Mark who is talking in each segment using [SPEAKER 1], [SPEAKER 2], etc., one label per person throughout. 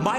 [SPEAKER 1] My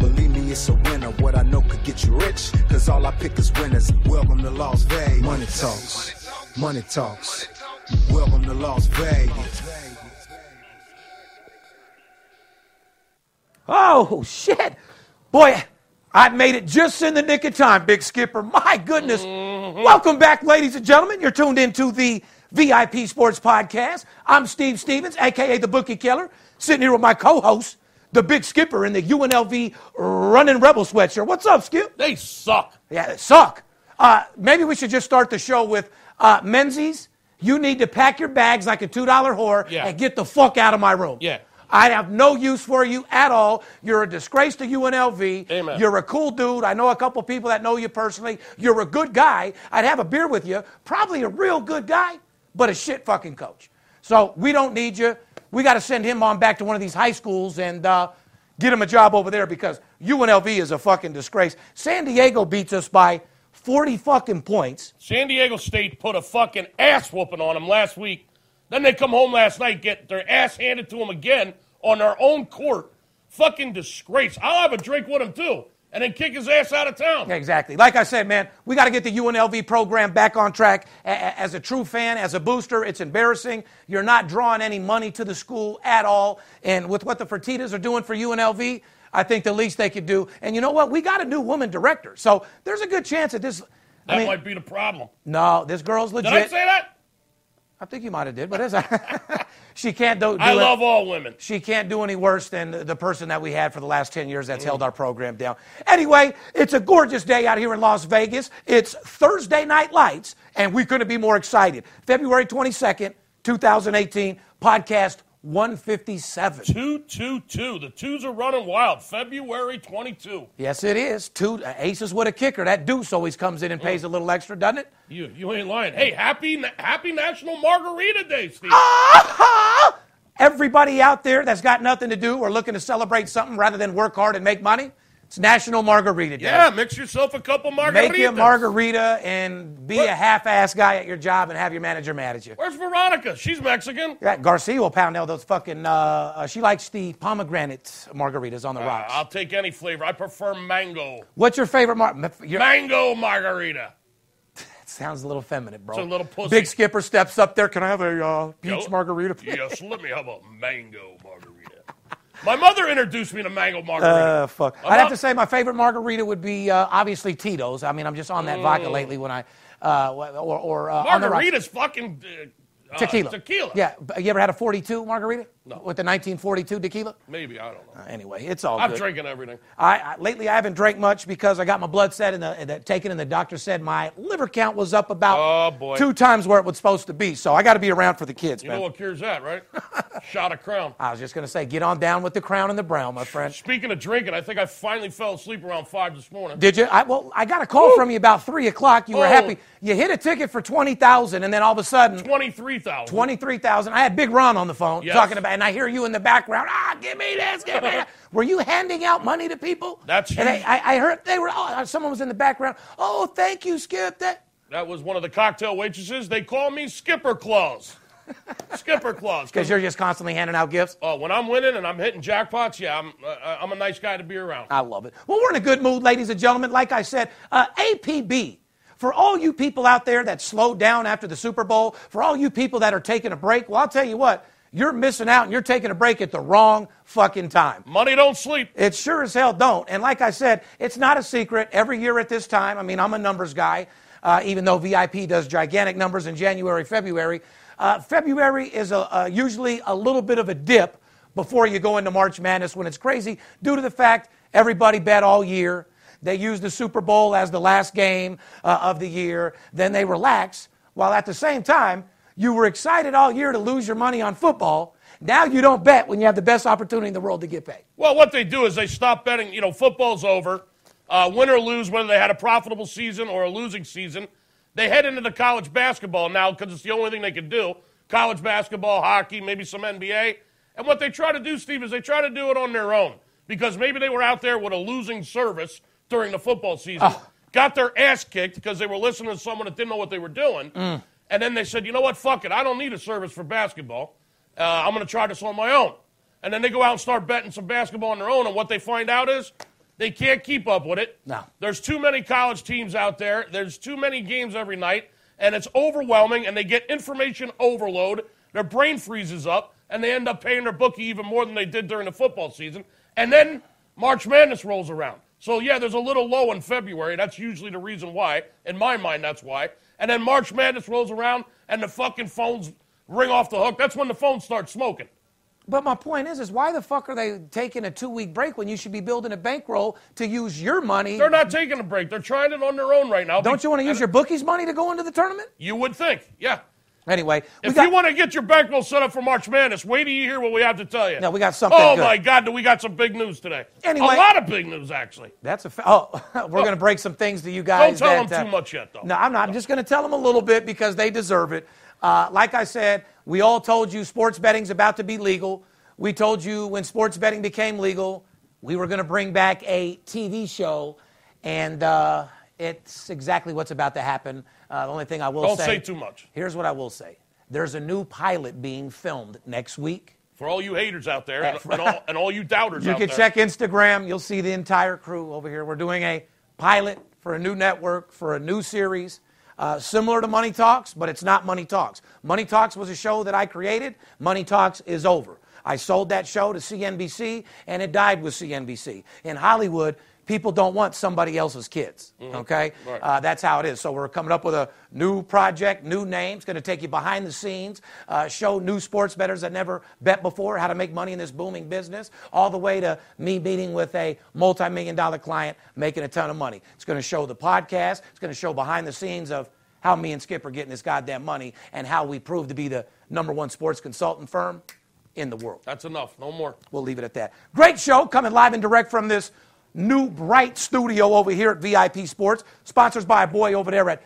[SPEAKER 2] believe me, it's a winner. What I know could get you rich, cause all I pick is winners. Welcome to Las Vegas. Money talks, money talks. Welcome to Las Vegas.
[SPEAKER 3] Oh, shit. Boy, I made it just in the nick of time, Big Skipper. My goodness.
[SPEAKER 4] Mm-hmm.
[SPEAKER 3] Welcome back, ladies and gentlemen. You're tuned into the VIP Sports Podcast. I'm Steve Stevens, a.k.a. the Bookie Killer, sitting here with my co-host, the Big Skipper in the UNLV Running Rebel sweatshirt. What's up, Skip?
[SPEAKER 4] They suck.
[SPEAKER 3] Yeah, they suck. Uh, maybe we should just start the show with uh, Menzies. You need to pack your bags like a two dollar whore
[SPEAKER 4] Yeah.
[SPEAKER 3] and get the fuck out of my room.
[SPEAKER 4] Yeah.
[SPEAKER 3] I have no use for you at all. You're a disgrace to UNLV.
[SPEAKER 4] Amen.
[SPEAKER 3] You're a cool dude. I know a couple people that know you personally. You're a good guy. I'd have a beer with you. Probably a real good guy, but a shit fucking coach. So we don't need you. We got to send him on back to one of these high schools and uh, get him a job over there because UNLV is a fucking disgrace. San Diego beats us by 40 fucking points.
[SPEAKER 4] San Diego State put a fucking ass whooping on them last week. Then they come home last night, get their ass handed to them again on their own court. Fucking disgrace. I'll have a drink with him too, and then kick his ass out of town.
[SPEAKER 3] Yeah, Exactly. Like I said, man, we got to get the UNLV program back on track. A- a- As a true fan, as a booster, it's embarrassing. You're not drawing any money to the school at all. And with what the Fertitas are doing for UNLV, I think the least they could do. And you know what? We got a new woman director. So there's a good chance that this.
[SPEAKER 4] That
[SPEAKER 3] I mean,
[SPEAKER 4] might be the problem.
[SPEAKER 3] no, this girl's
[SPEAKER 4] Did
[SPEAKER 3] legit.
[SPEAKER 4] I say that?
[SPEAKER 3] I think you might have did, but it's, she can't do, do
[SPEAKER 4] I
[SPEAKER 3] it.
[SPEAKER 4] love all women.
[SPEAKER 3] She can't do any worse than the person that we had for the last 10 years that's held our program down. Anyway, it's a gorgeous day out here in Las Vegas. It's Thursday Night Lights, and we couldn't be more excited. February 22nd, 2018, podcast 157.
[SPEAKER 4] Two, two, two. The twos are running wild. February 22.
[SPEAKER 3] Yes, it is. Two uh, aces with a kicker. That deuce always comes in and pays a little extra, doesn't it?
[SPEAKER 4] You, you ain't lying. Hey, happy, happy National Margarita Day, Steve.
[SPEAKER 3] Ah! Uh-huh. Everybody out there that's got nothing to do or looking to celebrate something rather than work hard and make money, it's National Margarita Day.
[SPEAKER 4] yeah, mix yourself a couple margaritas.
[SPEAKER 3] Make you a margarita and be
[SPEAKER 4] What?
[SPEAKER 3] a half-ass guy at your job and have your manager mad at you.
[SPEAKER 4] Where's Veronica? She's Mexican.
[SPEAKER 3] Yeah, Garcia will pound out those fucking. Uh, uh, she likes the pomegranate margaritas on the rocks.
[SPEAKER 4] Uh, I'll take any flavor. I prefer mango.
[SPEAKER 3] What's your favorite mar? m- Your,
[SPEAKER 4] Mango margarita.
[SPEAKER 3] sounds a little feminine, bro.
[SPEAKER 4] It's a little pussy.
[SPEAKER 3] Oh, Big Skipper steps up there. Can I have a uh, peach
[SPEAKER 4] Yo-
[SPEAKER 3] margarita? please?"
[SPEAKER 4] yes, let me have a mango margarita. My mother introduced me to mango margarita.
[SPEAKER 3] Uh, fuck.
[SPEAKER 4] I'm
[SPEAKER 3] I'd have
[SPEAKER 4] not-
[SPEAKER 3] to say my favorite margarita would be uh, obviously Tito's. I mean, I'm just on that vodka
[SPEAKER 4] Mm.
[SPEAKER 3] lately when I, uh, or, or uh, on the rocks.
[SPEAKER 4] Margarita's fucking uh, uh,
[SPEAKER 3] tequila.
[SPEAKER 4] Tequila.
[SPEAKER 3] Yeah. but You ever had a 42 margarita? No. With the 1942 tequila?
[SPEAKER 4] Maybe I don't know.
[SPEAKER 3] Anyway, it's all
[SPEAKER 4] I'm
[SPEAKER 3] good.
[SPEAKER 4] drinking everything.
[SPEAKER 3] I, I lately I haven't drank much because I got my blood set and, the, and the, taken, and the doctor said my liver count was up
[SPEAKER 4] Oh,
[SPEAKER 3] about
[SPEAKER 4] boy.
[SPEAKER 3] two times where it was supposed to be. So I got to be around for the kids,
[SPEAKER 4] You
[SPEAKER 3] man.
[SPEAKER 4] know what cures that, right? Shot of Crown.
[SPEAKER 3] I was just gonna say, get on down with the crown and the brown, my friend.
[SPEAKER 4] Speaking of drinking, I think I finally fell asleep around five this morning.
[SPEAKER 3] Did you? I, well, I got a call
[SPEAKER 4] Woo.
[SPEAKER 3] from you about three o'clock. You were
[SPEAKER 4] Oh.
[SPEAKER 3] happy. You hit a ticket for twenty thousand, and then all of a sudden,
[SPEAKER 4] Twenty-three thousand.
[SPEAKER 3] twenty-three thousand. I had Big Ron on the phone
[SPEAKER 4] Yes.
[SPEAKER 3] talking about, and I hear you in the background. Ah, give me this, give me that. Were you handing out money to people?
[SPEAKER 4] That's
[SPEAKER 3] And I,
[SPEAKER 4] huge.
[SPEAKER 3] I, I heard they were. Oh, someone was in the background. Oh, thank you, Skip. That.
[SPEAKER 4] That was one of the cocktail waitresses. They call me Skipper Claus. Skipper Claus.
[SPEAKER 3] Because you're just constantly handing out gifts. Oh,
[SPEAKER 4] Uh, when I'm winning and I'm hitting jackpots, yeah, I'm uh, I'm a nice guy to be around.
[SPEAKER 3] I love it. Well, we're in a good mood, ladies and gentlemen. Like I said, uh, APB. For all you people out there that slowed down after the Super Bowl, for all you people that are taking a break, well, I'll tell you what, you're missing out and you're taking a break at the wrong fucking time.
[SPEAKER 4] Money don't sleep.
[SPEAKER 3] It sure as hell don't. And like I said, it's not a secret. Every year at this time, I mean, I'm a numbers guy, uh, even though VIP does gigantic numbers in January, February. Uh, February is a, a, usually a little bit of a dip before you go into March Madness when it's crazy due to the fact everybody bet all year. They use the Super Bowl as the last game uh, of the year. Then they relax, while at the same time, you were excited all year to lose your money on football. Now you don't bet when you have the best opportunity in the world to get paid.
[SPEAKER 4] Well, what they do is they stop betting. You know, football's over. uh, win or lose, whether they had a profitable season or a losing season, they head into the college basketball now because it's the only thing they can do college basketball, hockey, maybe some NBA. And what they try to do, Steve, is they try to do it on their own because maybe they were out there with a losing service during the football season, got their ass kicked because they were listening to someone that didn't know what they were doing. And then they said, you know what, fuck it, I don't need a service for basketball. Uh, I'm going to try this on my own. And then they go out and start betting some basketball on their own. And what they find out is they can't keep up with it.
[SPEAKER 3] No.
[SPEAKER 4] There's too many college teams out there. There's too many games every night, and it's overwhelming, and they get information overload. Their brain freezes up, and they end up paying their bookie even more than they did during the football season. And then March Madness rolls around. So, yeah, there's a little low in February. That's usually the reason why. In my mind, that's why. And then March Madness rolls around, and the fucking phones ring off the hook. That's when the phones start smoking.
[SPEAKER 3] But my point is, is why the fuck are they taking a two-week break when you should be building a bankroll to use your money?
[SPEAKER 4] They're not taking a break. They're trying it on their own right now.
[SPEAKER 3] Don't you want to use your bookies' money to go into the tournament?
[SPEAKER 4] You would think, yeah.
[SPEAKER 3] Anyway, we
[SPEAKER 4] If
[SPEAKER 3] got,
[SPEAKER 4] you want to get your bankroll set up for March Madness, wait till you hear what we have to tell you.
[SPEAKER 3] No, we got something
[SPEAKER 4] Oh
[SPEAKER 3] good.
[SPEAKER 4] my God, do we got some big news today?
[SPEAKER 3] Anyway-
[SPEAKER 4] a lot of big news actually.
[SPEAKER 3] that's a fa- oh, we're going to break some things to you
[SPEAKER 4] Don't
[SPEAKER 3] guys.
[SPEAKER 4] tell them
[SPEAKER 3] that, uh,
[SPEAKER 4] too much yet, though.
[SPEAKER 3] No, I'm not. I'm just going to tell them a little bit because they deserve it. Uh, like I said, we all told you sports betting's about to be legal. We told you when sports betting became legal, we were going to bring back a TV show, and uh, it's exactly what's about to happen. Uh, the only thing I will
[SPEAKER 4] Don't
[SPEAKER 3] say,
[SPEAKER 4] say too much.
[SPEAKER 3] Here's what I will say: there's a new pilot being filmed next week.
[SPEAKER 4] For all you haters out there, and, and all, and all you doubters
[SPEAKER 3] You
[SPEAKER 4] out
[SPEAKER 3] can
[SPEAKER 4] there.
[SPEAKER 3] check Instagram. You'll see the entire crew over here. We're doing a pilot for a new network for a new series, uh, similar to Money Talks, but it's not Money Talks. Money Talks was a show that I created. Money Talks is over. I sold that show to CNBC, and it died with CNBC. In Hollywood, people don't want somebody else's kids. Okay,
[SPEAKER 4] Right.
[SPEAKER 3] Uh, that's how it is. So we're coming up with a new project, new name. It's going to take you behind the scenes, uh, show new sports bettors that never bet before how to make money in this booming business, all the way to me meeting with a multi-million dollar client making a ton of money. It's going to show the podcast. It's going to show behind the scenes of how me and Skip are getting this goddamn money and how we prove to be the number one sports consultant firm in the world.
[SPEAKER 4] That's enough. No more.
[SPEAKER 3] We'll leave it at that. Great show coming live and direct from this new bright studio over here at VIP Sports. Sponsors by a boy over there at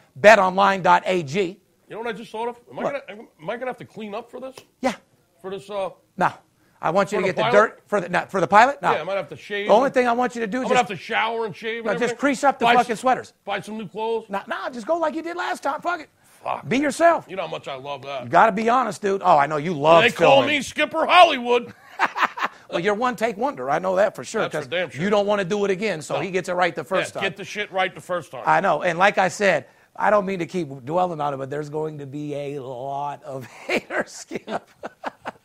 [SPEAKER 3] betonline.ag.
[SPEAKER 4] You know what I just thought of? Am I, gonna,
[SPEAKER 3] What?
[SPEAKER 4] am I gonna have to clean up for this?
[SPEAKER 3] Yeah.
[SPEAKER 4] For this? Uh,
[SPEAKER 3] No. I want you to
[SPEAKER 4] For the
[SPEAKER 3] get the,
[SPEAKER 4] pilot?
[SPEAKER 3] dirt for the not, for the pilot? No.
[SPEAKER 4] yeah, I might have to shave.
[SPEAKER 3] the only
[SPEAKER 4] and-
[SPEAKER 3] thing I want you to do is
[SPEAKER 4] I'm
[SPEAKER 3] just,
[SPEAKER 4] gonna have to shower and shave.
[SPEAKER 3] no,
[SPEAKER 4] and
[SPEAKER 3] just
[SPEAKER 4] everything.
[SPEAKER 3] crease up the
[SPEAKER 4] Buy
[SPEAKER 3] fucking
[SPEAKER 4] s-
[SPEAKER 3] sweaters.
[SPEAKER 4] Buy some new clothes.
[SPEAKER 3] No, no, just go like you did last time. Fuck it.
[SPEAKER 4] Fuck.
[SPEAKER 3] Be yourself.
[SPEAKER 4] You know how much I love that.
[SPEAKER 3] Got to be honest, dude. Oh, I know you love
[SPEAKER 4] They call
[SPEAKER 3] filming.
[SPEAKER 4] me Skipper Hollywood.
[SPEAKER 3] Well, you're one take wonder. I know that for sure.
[SPEAKER 4] That's for
[SPEAKER 3] 'cause
[SPEAKER 4] damn sure.
[SPEAKER 3] You don't want to do it again, so he gets it right the
[SPEAKER 4] Yeah,
[SPEAKER 3] first time.
[SPEAKER 4] get the shit right the first time.
[SPEAKER 3] I know. And like I said, I don't mean to keep dwelling on it, but there's going to be a lot of haters, Skip.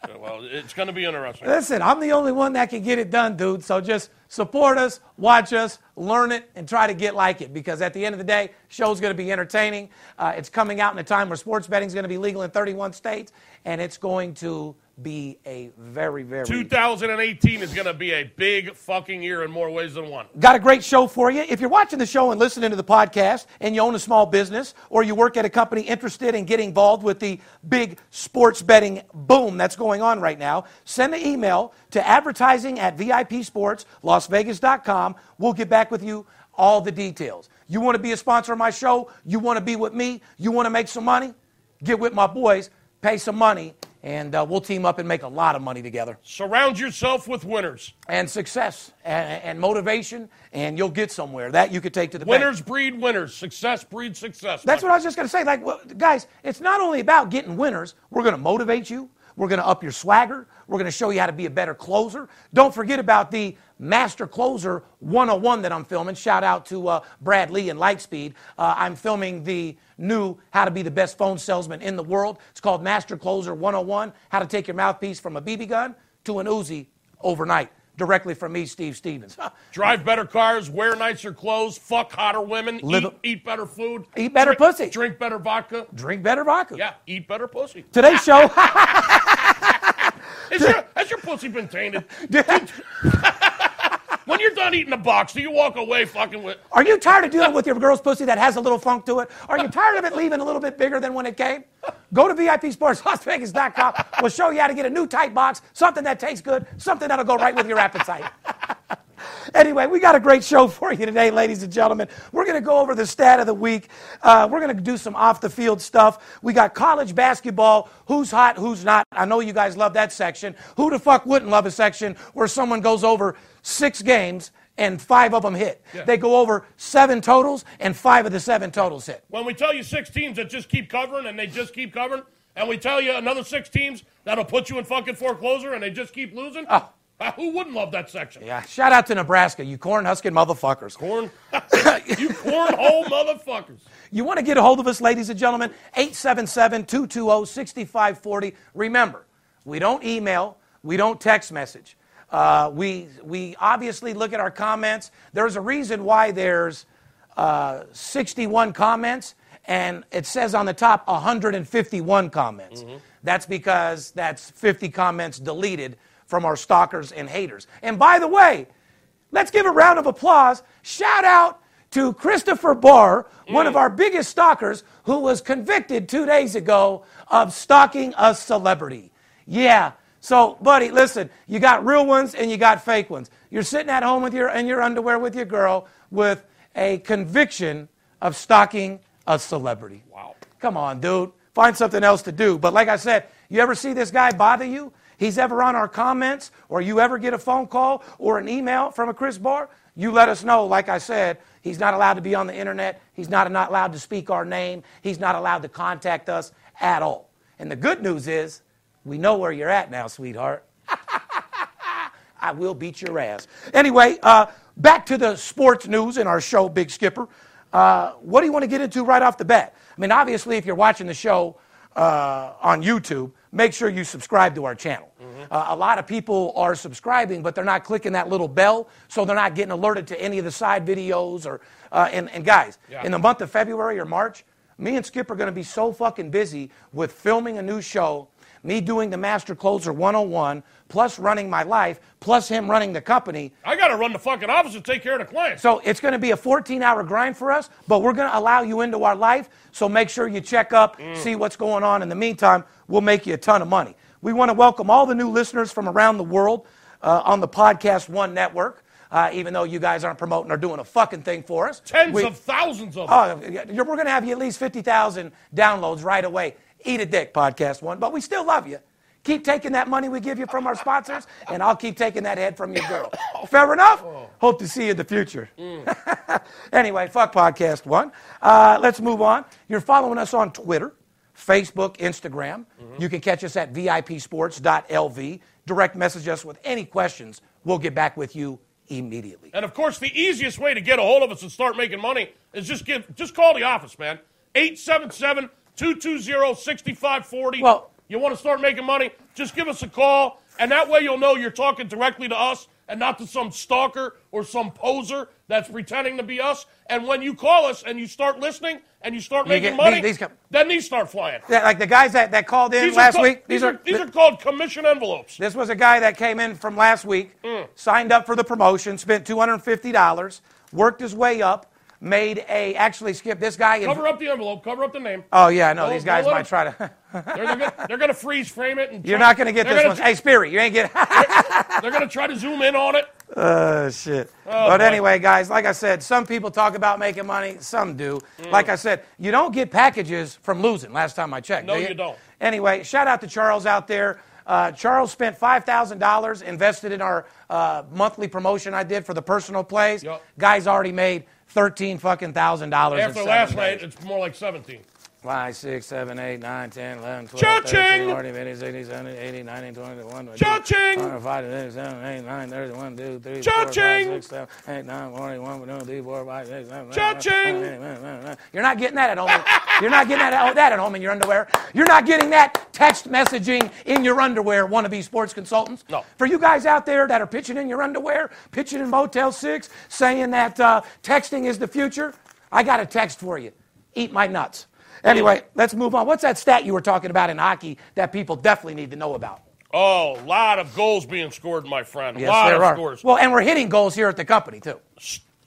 [SPEAKER 4] Yeah, well, it's gonna be interesting.
[SPEAKER 3] Listen, I'm the only one that can get it done, dude. So just support us, watch us, learn it, and try to get like it because at the end of the day, show's going to be entertaining. Uh, it's coming out in a time where sports betting's going to be legal in 31 states, and it's going to be a very, very
[SPEAKER 4] 2018 is going to be a big fucking year in more ways than one.
[SPEAKER 3] Got a great show for you. If you're watching the show and listening to the podcast and you own a small business or you work at a company interested in getting involved with the big sports betting boom that's going on right now, send an email to advertising at VIPSportsLasVegas.com. We'll get back with you all the details. You want to be a sponsor of my show? You want to be with me? You want to make some money? Get with my boys, pay some money, and uh, we'll team up and make a lot of money together
[SPEAKER 4] Surround yourself with winners.
[SPEAKER 3] and success and, and motivation, and you'll get somewhere. That you could take to the bank.
[SPEAKER 4] Winners breed winners. Success breeds success.
[SPEAKER 3] That's what I was just going to say. Like, well, guys, it's not only about getting winners. We're going to motivate you. We're going to up your swagger. We're going to show you how to be a better closer. Don't forget about the Master Closer 101 that I'm filming. Shout out to uh, Brad Lee and Lightspeed. Uh, I'm filming the new How to Be the Best Phone Salesman in the World. It's called Master Closer 101 How to Take Your Mouthpiece from a BB Gun to an Uzi Overnight. Directly from me, Steve Stevens.
[SPEAKER 4] Drive better cars, wear nicer clothes, fuck hotter women,
[SPEAKER 3] Live
[SPEAKER 4] eat,
[SPEAKER 3] a-
[SPEAKER 4] eat better food,
[SPEAKER 3] Eat better
[SPEAKER 4] drink,
[SPEAKER 3] pussy.
[SPEAKER 4] drink better vodka.
[SPEAKER 3] Drink better vodka.
[SPEAKER 4] Yeah, eat better pussy.
[SPEAKER 3] Today's show.
[SPEAKER 4] Is your, has your pussy been tainted? when you're done eating a box, do you walk away fucking with?
[SPEAKER 3] Are you tired of dealing with your girl's pussy that has a little funk to it? Are you tired of it leaving a little bit bigger than when it came? Go to VIPSportsLasVegas.com. We'll show you how to get a new tight box, something that tastes good, something that'll go right with your appetite. Anyway, we got a great show for you today, ladies and gentlemen. We're going to go over the stat of the week. Uh, we're going to do some off the field stuff. We got college basketball who's hot, who's not. I know you guys love that section. Who the fuck wouldn't love a section where someone goes over six games and five of them hit? They go over seven totals and five of the seven totals hit.
[SPEAKER 4] When we tell you six teams that just keep covering and they just keep covering, and we tell you another six teams that'll put you in fucking foreclosure and they just keep losing,
[SPEAKER 3] Oh.
[SPEAKER 4] uh, who wouldn't love that section?
[SPEAKER 3] Yeah, shout out to Nebraska, you corn husking motherfuckers.
[SPEAKER 4] Corn, you cornhole motherfuckers.
[SPEAKER 3] You want to get a hold of us, ladies and gentlemen, 877 220 6540. oh. Remember, we don't email, we don't text message. Uh, we, we obviously look at our comments. There's a reason why there's uh, 61 comments and it says on the top 151 comments. That's because that's 50 comments deleted from our stalkers and haters. And by the way, Let's give a round of applause. Shout out to Christopher Barr, one of our biggest stalkers, who was convicted two days ago of stalking a celebrity. Yeah. So, buddy, listen, you got real ones and you got fake ones. You're sitting at home with your in your underwear with your girl with a conviction of stalking a celebrity.
[SPEAKER 4] Wow.
[SPEAKER 3] Come on, dude. Find something else to do. But like I said, you ever see this guy bother you? He's ever on our comments, or you ever get a phone call or an email from a Chris Barr? You let us know. Like I said, he's not allowed to be on the internet. He's not, not allowed to speak our name. He's not allowed to contact us at all. And the good news is, we know where you're at now, sweetheart. I will beat your ass. Anyway, uh, back to the sports news in our show, Big Skipper. Uh, what do you want to get into right off the bat? I mean, obviously, if you're watching the show uh, on YouTube, make sure you subscribe to our channel. Uh, a lot of people are subscribing, but they're not clicking that little bell, so they're not getting alerted to any of the side videos or. Uh, and, and guys,
[SPEAKER 4] Yeah.
[SPEAKER 3] in the month of February or March, me and Skip are going to be so fucking busy with filming a new show, me doing the Master Closer 101, plus running my life, plus him running the company.
[SPEAKER 4] I got to run the fucking office and take care of the clients.
[SPEAKER 3] So it's going to be a 14 hour grind for us, but we're going to allow you into our life. So make sure you check up,
[SPEAKER 4] Mm.
[SPEAKER 3] see what's going on. In the meantime, we'll make you a ton of money. We want to welcome all the new listeners from around the world uh, on the Podcast One Network. Uh, even though you guys aren't promoting or doing a fucking thing for us,
[SPEAKER 4] Tens
[SPEAKER 3] We-
[SPEAKER 4] of thousands of them.
[SPEAKER 3] Oh, yeah, we're going to have you at least 50,000 downloads right away. Eat a dick, podcast one. But we still love you. Keep taking that money we give you from our sponsors, and I'll keep taking that head from your girl. Fair enough?
[SPEAKER 4] Oh.
[SPEAKER 3] Hope to see you in the future.
[SPEAKER 4] Mm.
[SPEAKER 3] anyway, fuck podcast one. Uh, let's move on. You're following us on Twitter, Facebook, Instagram.
[SPEAKER 4] Mm-hmm.
[SPEAKER 3] You can catch us at vipsports.lv. Direct message us with any questions. We'll get back with you immediately.
[SPEAKER 4] And of course, the easiest way to get a hold of us and start making money is just give just call the office, man. 877-220-6540.
[SPEAKER 3] Well-
[SPEAKER 4] you want to start making money? Just give us a call, and that way you'll know you're talking directly to us and not to some stalker or some poser that's pretending to be us. And when you call us and you start listening and you start making
[SPEAKER 3] get-
[SPEAKER 4] money,
[SPEAKER 3] these- these come-
[SPEAKER 4] then these start flying.
[SPEAKER 3] Yeah, like the guys that, that called in
[SPEAKER 4] These
[SPEAKER 3] last
[SPEAKER 4] ca-
[SPEAKER 3] week,
[SPEAKER 4] these, are, these are called commission envelopes.
[SPEAKER 3] This was a guy that came in from last week,
[SPEAKER 4] Mm.
[SPEAKER 3] signed up for the promotion, spent $250, worked his way up, made a actually skip this guy.
[SPEAKER 4] Cover up the envelope. Cover up the name.
[SPEAKER 3] Oh yeah, no,
[SPEAKER 4] Don't-
[SPEAKER 3] these guys
[SPEAKER 4] don't let
[SPEAKER 3] might try to.
[SPEAKER 4] They're, they're gonna, they're gonna freeze frame it. And
[SPEAKER 3] You're
[SPEAKER 4] try-
[SPEAKER 3] not going to get
[SPEAKER 4] they're
[SPEAKER 3] this
[SPEAKER 4] gonna
[SPEAKER 3] one. Hey, Spirit, you ain't get.
[SPEAKER 4] They're going to try to zoom in on it.
[SPEAKER 3] oh shit. but
[SPEAKER 4] boy.
[SPEAKER 3] anyway, guys, like I said, some people talk about making money, some do.
[SPEAKER 4] Mm.
[SPEAKER 3] Like I said, you don't get packages from losing. Last time I checked.
[SPEAKER 4] No,
[SPEAKER 3] do
[SPEAKER 4] you don't.
[SPEAKER 3] Anyway, shout out to Charles out there. Uh, Charles spent five thousand dollars invested in our uh, monthly promotion I did for the personal plays.
[SPEAKER 4] Yup.
[SPEAKER 3] Guy's already made thirteen fucking thousand dollars.
[SPEAKER 4] After last night, it's more like 17.
[SPEAKER 3] Five, six, seven, eight, nine, 10, 11, 12,
[SPEAKER 4] Cha-ching!
[SPEAKER 3] 13, 14, 15, 16, 17, 18, 19, 20, 21, 22,
[SPEAKER 4] Cha-ching!
[SPEAKER 3] 25, 26, 27, 28, 31, 2, 3,
[SPEAKER 4] Cha-ching!
[SPEAKER 3] 4, 5, 6, 7, 8, 9, 40, 1, 2, 3, 4, 5, 6, 7, 8,
[SPEAKER 4] Cha-ching!
[SPEAKER 3] 9, 10, 11. You're not getting that at home. You're not getting that at, oh, that at home in your underwear. You're not getting that text messaging in your underwear, wannabe sports consultants.
[SPEAKER 4] No.
[SPEAKER 3] For you guys out there that are pitching in your underwear, pitching in Motel 6, saying that uh, texting is the future, I got a text for you. Eat my nuts. Anyway, let's move on. What's that stat you were talking about in hockey that people definitely need to know about?
[SPEAKER 4] Oh, a lot of goals being scored, my friend. A
[SPEAKER 3] Yes,
[SPEAKER 4] lot
[SPEAKER 3] there
[SPEAKER 4] of
[SPEAKER 3] are.
[SPEAKER 4] scores.
[SPEAKER 3] Well, and we're hitting goals here at the company, too.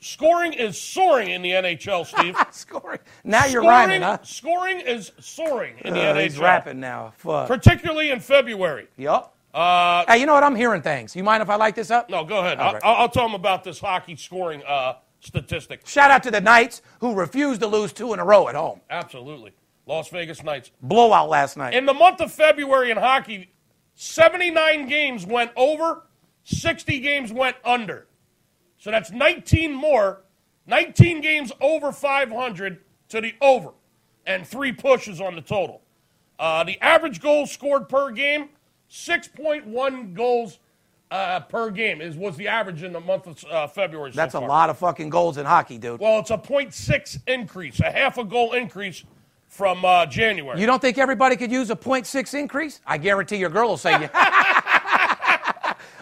[SPEAKER 4] Scoring is soaring in the NHL, Steve.
[SPEAKER 3] Scoring. Now you're
[SPEAKER 4] scoring,
[SPEAKER 3] rhyming, huh?
[SPEAKER 4] scoring is soaring in the
[SPEAKER 3] Uh,
[SPEAKER 4] NHL.
[SPEAKER 3] he's rapping now. Fuck.
[SPEAKER 4] Particularly in February.
[SPEAKER 3] Yup.
[SPEAKER 4] Uh,
[SPEAKER 3] Hey, you know what? I'm hearing things. You mind if I light this up?
[SPEAKER 4] no, go ahead.
[SPEAKER 3] All
[SPEAKER 4] I,
[SPEAKER 3] right.
[SPEAKER 4] I'll, I'll tell them about this hockey scoring uh, statistic.
[SPEAKER 3] Shout out to the Knights who refused to lose two in a row at home.
[SPEAKER 4] Absolutely. Las Vegas Knights.
[SPEAKER 3] Blowout last night.
[SPEAKER 4] In the month of February in hockey, 79 games went over, 60 games went under. So that's 19 more, 19 games over 500 to the over, and three pushes on the total. Uh, the average goals scored per game, 6.1 goals uh, per game is was the average in the month of uh, February. so
[SPEAKER 3] That's a
[SPEAKER 4] far.
[SPEAKER 3] lot of fucking goals in hockey, dude.
[SPEAKER 4] Well, it's a 0.6 increase, a half a goal increase from uh, January.
[SPEAKER 3] you don't think everybody could use a 0.6 increase? I guarantee your girl will say you.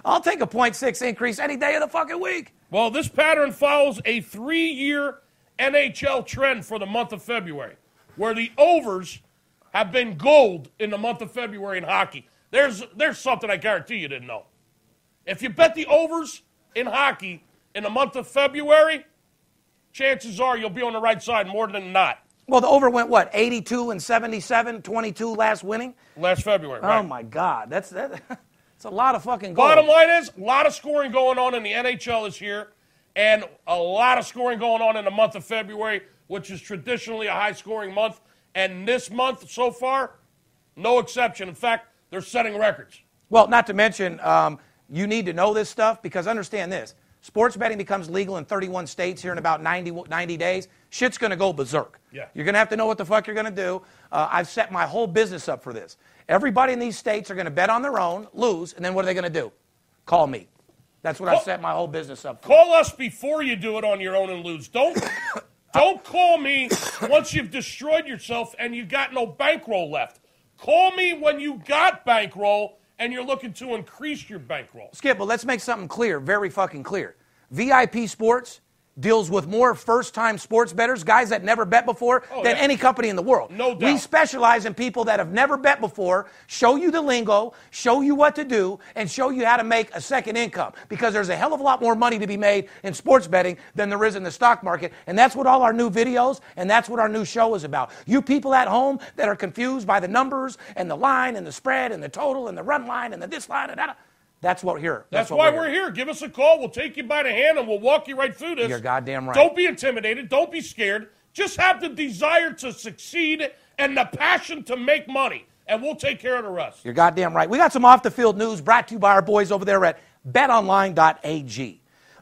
[SPEAKER 3] I'll take a 0.6 increase any day of the fucking week.
[SPEAKER 4] Well, this pattern follows a three year NHL trend for the month of February, where the overs have been gold in the month of February in hockey. There's, there's something I guarantee you didn't know. If you bet the overs in hockey in the month of February, chances are you'll be on the right side more than not
[SPEAKER 3] Well, the over went what? 82 and 77, 22 last winning.
[SPEAKER 4] last February.
[SPEAKER 3] Oh
[SPEAKER 4] right?
[SPEAKER 3] my God, that's that. It's a lot of fucking goals.
[SPEAKER 4] Bottom line is, a lot of scoring going on in the NHL this year, and a lot of scoring going on in the month of February, which is traditionally a high scoring month. And this month so far, no exception. In fact, they're setting records.
[SPEAKER 3] Well, not to mention, um, you need to know this stuff because understand this: sports betting becomes legal in 31 states here in about 90, 90 days. Shit's going to go berserk.
[SPEAKER 4] Yeah.
[SPEAKER 3] You're going to have to know what the fuck you're going to do. Uh, I've set my whole business up for this. Everybody in these states are going to bet on their own, lose, and then what are they going to do? Call me. That's what I've
[SPEAKER 4] Call-
[SPEAKER 3] set my whole business up for.
[SPEAKER 4] Call us before you do it on your own and lose. Don't don't call me once you've destroyed yourself and you got no bankroll left. Call me when you got bankroll and you're looking to increase your bankroll.
[SPEAKER 3] Skip, but let's make something clear, very fucking clear. VIP Sports deals with more first-time sports bettors, guys that never bet before,
[SPEAKER 4] Oh,
[SPEAKER 3] than
[SPEAKER 4] yeah.
[SPEAKER 3] any company in the world.
[SPEAKER 4] No doubt.
[SPEAKER 3] We specialize in people that have never bet before, show you the lingo, show you what to do, and show you how to make a second income because there's a hell of a lot more money to be made in sports betting than there is in the stock market. And that's what all our new videos and that's what our new show is about. You people at home that are confused by the numbers and the line and the spread and the total and the run line and the this line and that. That's what here.
[SPEAKER 4] That's, why we're here. Give us a call. We'll take you by the hand and we'll walk you right through this.
[SPEAKER 3] You're goddamn right.
[SPEAKER 4] Don't be intimidated. Don't be scared. Just have the desire to succeed and the passion to make money, and we'll take care of the rest.
[SPEAKER 3] You're goddamn right. We got some off the field news brought to you by our boys over there at betonline.ag.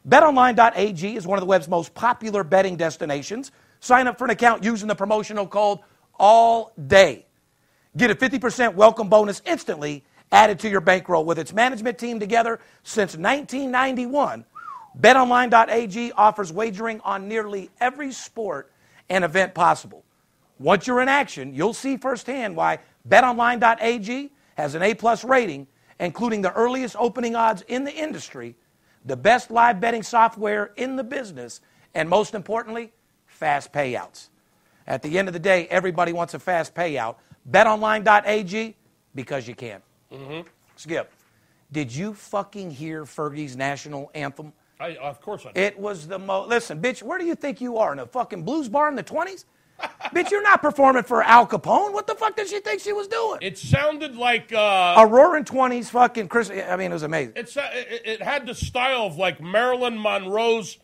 [SPEAKER 3] Betonline.ag is one of the web's most popular betting destinations. Sign up for an account using the promotional code all day. Get a 50% welcome bonus instantly added to your bankroll with its management team together since 1991. BetOnline.ag offers wagering on nearly every sport and event possible. Once you're in action, you'll see firsthand why BetOnline.ag has an A-plus rating, including the earliest opening odds in the industry, the best live betting software in the business, and most importantly, fast payouts. At the end of the day, everybody wants a fast payout. BetOnline.ag because you can. Mm-hmm. Skip, did you fucking hear Fergie's national anthem?
[SPEAKER 4] I, of course I do.
[SPEAKER 3] It was the most. Listen, bitch, where do you think you are in a fucking blues bar in the twenties? bitch, you're not performing for Al Capone. What the fuck did she think she was doing?
[SPEAKER 4] It sounded like uh,
[SPEAKER 3] a roaring twenties, fucking Chris. I mean, it was amazing.
[SPEAKER 4] it, sa- it, it had the style of like Marilyn Monroe's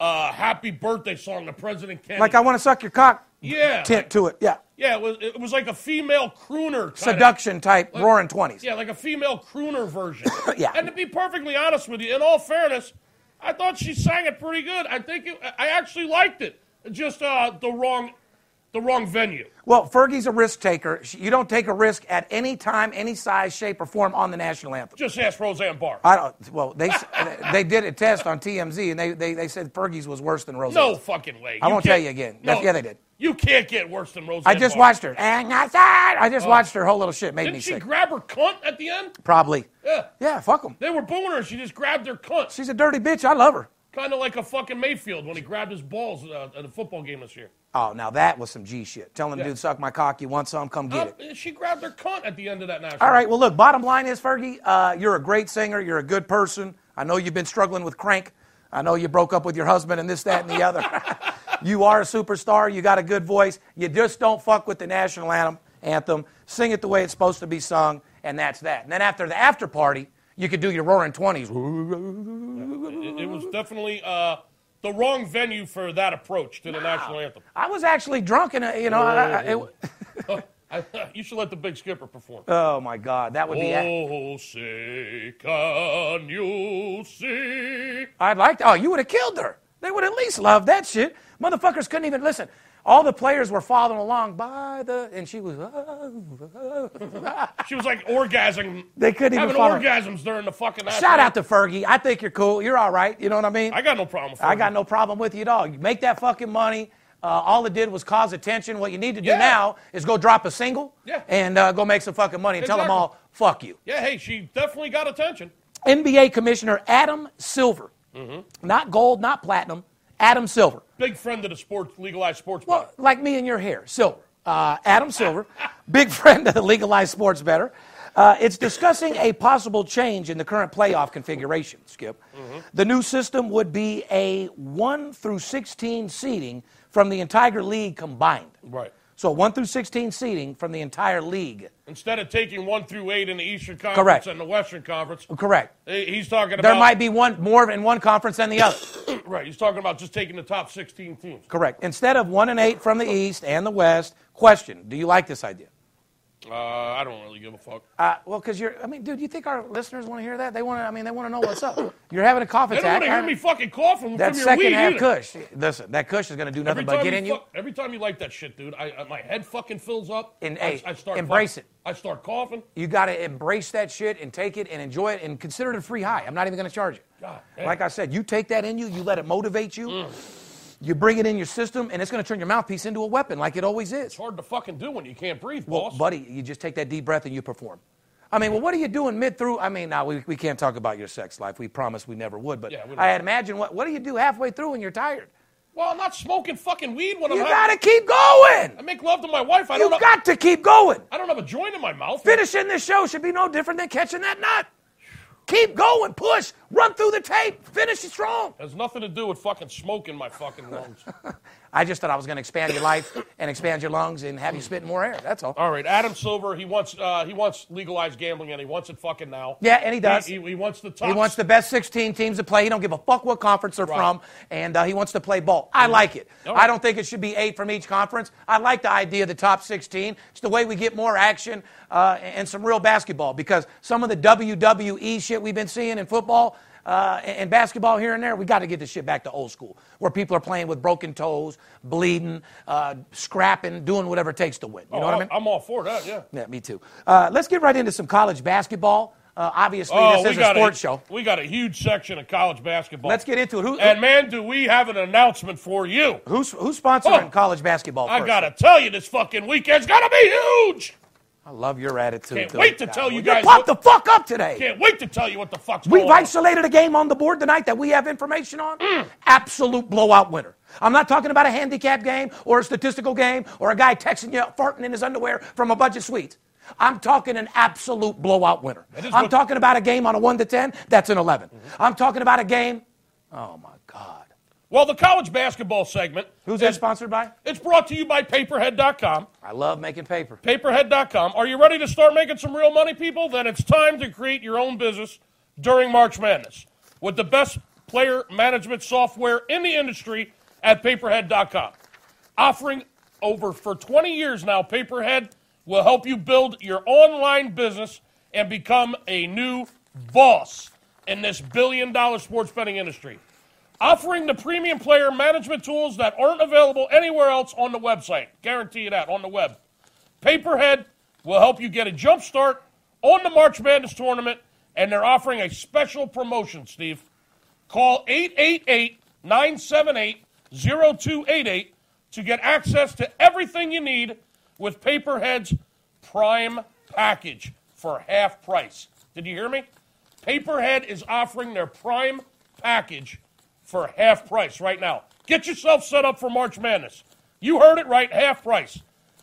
[SPEAKER 4] uh, "Happy Birthday" song, the President Kennedy.
[SPEAKER 3] like I want to suck your cock.
[SPEAKER 4] yeah,
[SPEAKER 3] Tint to it, yeah.
[SPEAKER 4] yeah. It was, it was like a female crooner. kind of
[SPEAKER 3] Seduction type, roaring twenties.
[SPEAKER 4] Yeah, like a female crooner version.
[SPEAKER 3] Yeah.
[SPEAKER 4] And to be perfectly honest with you, in all fairness, I thought she sang it pretty good. I think it, I actually liked it. Just uh, the wrong, the wrong venue.
[SPEAKER 3] Well, Fergie's a risk taker. She- You don't take a risk at any time, any size, shape, or form on the national anthem.
[SPEAKER 4] Just ask Roseanne Barr.
[SPEAKER 3] I don't. Well, they s- they did a test on TMZ, and they, they, they said Fergie's was worse than Roseanne.
[SPEAKER 4] no fucking way.
[SPEAKER 3] I won't
[SPEAKER 4] can't-
[SPEAKER 3] tell you again. That's- yeah, they did.
[SPEAKER 4] You can't get worse than Roseanne.
[SPEAKER 3] I just
[SPEAKER 4] Barr.
[SPEAKER 3] watched her. And I said, I just watched her whole little shit. Made me
[SPEAKER 4] Oh. Didn't she
[SPEAKER 3] sick.
[SPEAKER 4] grab her cunt at the end?
[SPEAKER 3] Probably.
[SPEAKER 4] Yeah.
[SPEAKER 3] Yeah. Fuck them.
[SPEAKER 4] They were booing her. She just grabbed her cunt.
[SPEAKER 3] She's a dirty bitch. I love her.
[SPEAKER 4] kind of like a fucking Mayfield when he grabbed his balls uh, at a football game this year.
[SPEAKER 3] Oh, now that was some G shit. Telling the
[SPEAKER 4] Yeah.
[SPEAKER 3] dude, suck my cock. You want some? Come get it.
[SPEAKER 4] Uh, she grabbed her cunt at the end of that national.
[SPEAKER 3] All right. Well, look. Bottom line is, Fergie, uh, you're a great singer. You're a good person. I know you've been struggling with crank. I know you broke up with your husband and this, that, and the other. you are a superstar. You got a good voice. You just don't fuck with the national anthem. Anthem. Sing it the way it's supposed to be sung, and that's that. And then after the after party, you could do your roaring 20s.
[SPEAKER 4] It, it was definitely uh, the wrong venue for that approach to the national anthem.
[SPEAKER 3] I was actually drunk, and, uh, you know, I, I, it,
[SPEAKER 4] I- you should let the big skipper perform.
[SPEAKER 3] oh my God, that would be.
[SPEAKER 4] oh, say, can you see?
[SPEAKER 3] I'd like to. Oh, you would have killed her. They would at least love that shit. Motherfuckers couldn't even listen. All the players were following along by the, and she was. oh,
[SPEAKER 4] She was like orgasming.
[SPEAKER 3] They couldn't even
[SPEAKER 4] having
[SPEAKER 3] follow.
[SPEAKER 4] orgasms during the fucking.
[SPEAKER 3] Shout out to Fergie. I think you're cool. You're all right. You know what I mean?
[SPEAKER 4] I got no problem with
[SPEAKER 3] I
[SPEAKER 4] Fergie.
[SPEAKER 3] got no problem with you at all. You make that fucking money. Uh, all it did was cause attention. What you need to do
[SPEAKER 4] Yeah.
[SPEAKER 3] now is go drop a single
[SPEAKER 4] Yeah.
[SPEAKER 3] and uh, go make some fucking money and tell them
[SPEAKER 4] Exactly.
[SPEAKER 3] all, fuck you.
[SPEAKER 4] Yeah, hey, she definitely got attention.
[SPEAKER 3] NBA Commissioner Adam Silver.
[SPEAKER 4] Mm-hmm.
[SPEAKER 3] Not gold, not platinum. Adam Silver.
[SPEAKER 4] Big friend of the sports legalized sports.
[SPEAKER 3] Well, like me and your hair, Silver. Uh, Adam Silver, big friend of the legalized sports better. Uh, it's discussing a possible change in the current playoff configuration, Skip. The new system would be a 1 through 16 seeding from the entire league combined.
[SPEAKER 4] right.
[SPEAKER 3] So 1 through 16 seeding from the entire league.
[SPEAKER 4] Instead of taking one through eight in the Eastern Conference
[SPEAKER 3] Correct.
[SPEAKER 4] and the Western Conference,
[SPEAKER 3] Correct.
[SPEAKER 4] he- he's talking
[SPEAKER 3] There
[SPEAKER 4] about
[SPEAKER 3] might be one more in one conference than the other.
[SPEAKER 4] right. He's talking about just taking the top 16 teams.
[SPEAKER 3] Correct. Instead of 1 and 8 from the East and the West, question, do you like this idea?
[SPEAKER 4] Uh, I don't really give a fuck.
[SPEAKER 3] Uh, well, because you're, I mean, dude, you think our listeners want to hear that? They want to, I mean, they want to know what's up. You're having a cough
[SPEAKER 4] They don't
[SPEAKER 3] attack.
[SPEAKER 4] want to hear me fucking coughing
[SPEAKER 3] that
[SPEAKER 4] from your
[SPEAKER 3] second
[SPEAKER 4] weed
[SPEAKER 3] half
[SPEAKER 4] either.
[SPEAKER 3] Kush. Listen, that Kush is going to do nothing but
[SPEAKER 4] time
[SPEAKER 3] get in you.
[SPEAKER 4] fuck- Every time you like that shit, dude, I, I- my head fucking fills up.
[SPEAKER 3] And,
[SPEAKER 4] I,
[SPEAKER 3] hey,
[SPEAKER 4] I start
[SPEAKER 3] embrace
[SPEAKER 4] coughing. I start coughing.
[SPEAKER 3] You got to embrace that shit and take it and enjoy it and consider it a free high. I'm not even going to charge you.
[SPEAKER 4] God damn.
[SPEAKER 3] Like I said, you take that in you, you let it motivate you,
[SPEAKER 4] Mm.
[SPEAKER 3] you bring it in your system, and it's going to turn your mouthpiece into a weapon like it always is.
[SPEAKER 4] It's hard to fucking do when you can't breathe,
[SPEAKER 3] Well,
[SPEAKER 4] boss.
[SPEAKER 3] buddy, you just take that deep breath and you perform. I mean, well, what are you doing mid through? I mean, now we, we can't talk about your sex life. We promised we never would, but
[SPEAKER 4] Yeah, we don't.
[SPEAKER 3] I imagine what what do you do halfway through when you're tired?
[SPEAKER 4] well, I'm not smoking fucking weed when
[SPEAKER 3] You
[SPEAKER 4] I'm.
[SPEAKER 3] gotta
[SPEAKER 4] having-
[SPEAKER 3] keep going.
[SPEAKER 4] I make love to my wife. I
[SPEAKER 3] You
[SPEAKER 4] don't. have-
[SPEAKER 3] got to keep going.
[SPEAKER 4] I don't have a joint in my mouth.
[SPEAKER 3] Finishing this show should be no different than catching that nut. Keep going, push, run through the tape, finish it strong.
[SPEAKER 4] It has nothing to do with fucking smoking my fucking lungs.
[SPEAKER 3] I just thought I was gonna expand your life and expand your lungs and have you spit more air. That's all.
[SPEAKER 4] All right, Adam Silver. He wants uh, he wants legalized gambling and he wants it fucking now.
[SPEAKER 3] Yeah, and he does.
[SPEAKER 4] He, he, he wants the top.
[SPEAKER 3] He wants the best 16 teams to play. He don't give a fuck what conference they're
[SPEAKER 4] Right. Mm-hmm.
[SPEAKER 3] from, and uh, he wants to play ball. I like it.
[SPEAKER 4] All right.
[SPEAKER 3] I don't think it should be eight from each conference. I like the idea of the top 16. It's the way we get more action uh, and some real basketball because some of the WWE shit we've been seeing in football. Uh, and and basketball here and there, we got to get this shit back to old school, where people are playing with broken toes, bleeding, uh, scrapping, doing whatever it takes to win. You know what I mean?
[SPEAKER 4] I'm all for that. Yeah.
[SPEAKER 3] yeah, me too. Uh, let's get right into some college basketball. Uh, obviously, this is a sports show.
[SPEAKER 4] Oh, We got a huge section of college basketball.
[SPEAKER 3] Let's get into it. Who, who-
[SPEAKER 4] And man, do we have an announcement for you?
[SPEAKER 3] who's, who's sponsoring
[SPEAKER 4] Oh.
[SPEAKER 3] college basketball?
[SPEAKER 4] I
[SPEAKER 3] first?
[SPEAKER 4] gotta tell you, this fucking weekend's gonna be huge.
[SPEAKER 3] I love your attitude.
[SPEAKER 4] Can't
[SPEAKER 3] dude.
[SPEAKER 4] wait to tell you
[SPEAKER 3] You're
[SPEAKER 4] guys
[SPEAKER 3] Pumped the
[SPEAKER 4] what-
[SPEAKER 3] fuck up today.
[SPEAKER 4] Can't wait to tell you what the fuck's
[SPEAKER 3] We've
[SPEAKER 4] going on.
[SPEAKER 3] isolated a game on the board tonight that we have information on. Absolute blowout winner. I'm not talking about a handicap game or a statistical game or a guy texting you farting in his underwear from a bunch of suites. I'm talking an absolute blowout winner.
[SPEAKER 4] is
[SPEAKER 3] I'm
[SPEAKER 4] what-
[SPEAKER 3] talking about a game on a 1 to 10, that's an 11. I'm talking about a game. Oh my God.
[SPEAKER 4] Well, the college basketball segment.
[SPEAKER 3] Who's that
[SPEAKER 4] is,
[SPEAKER 3] sponsored by?
[SPEAKER 4] It's brought to you by Paperhead.com.
[SPEAKER 3] I love making paper.
[SPEAKER 4] Paperhead.com. Are you ready to start making some real money, people? Then it's time to create your own business during March Madness with the best player management software in the industry at Paperhead.com. Offering over for 20 years now, Paperhead will help you build your online business and become a new boss in this billion dollar sports betting industry. Offering the premium player management tools that aren't available anywhere else on the website. Guarantee you that on the web. Paperhead will help you get a jump start on the March Madness tournament, and they're offering a special promotion, Steve. Call 888 978 0288 to get access to everything you need with Paperhead's Prime Package for half price. Did you hear me? Paperhead is offering their Prime Package for half price right now. Get yourself set up for March Madness. You heard it right, half price.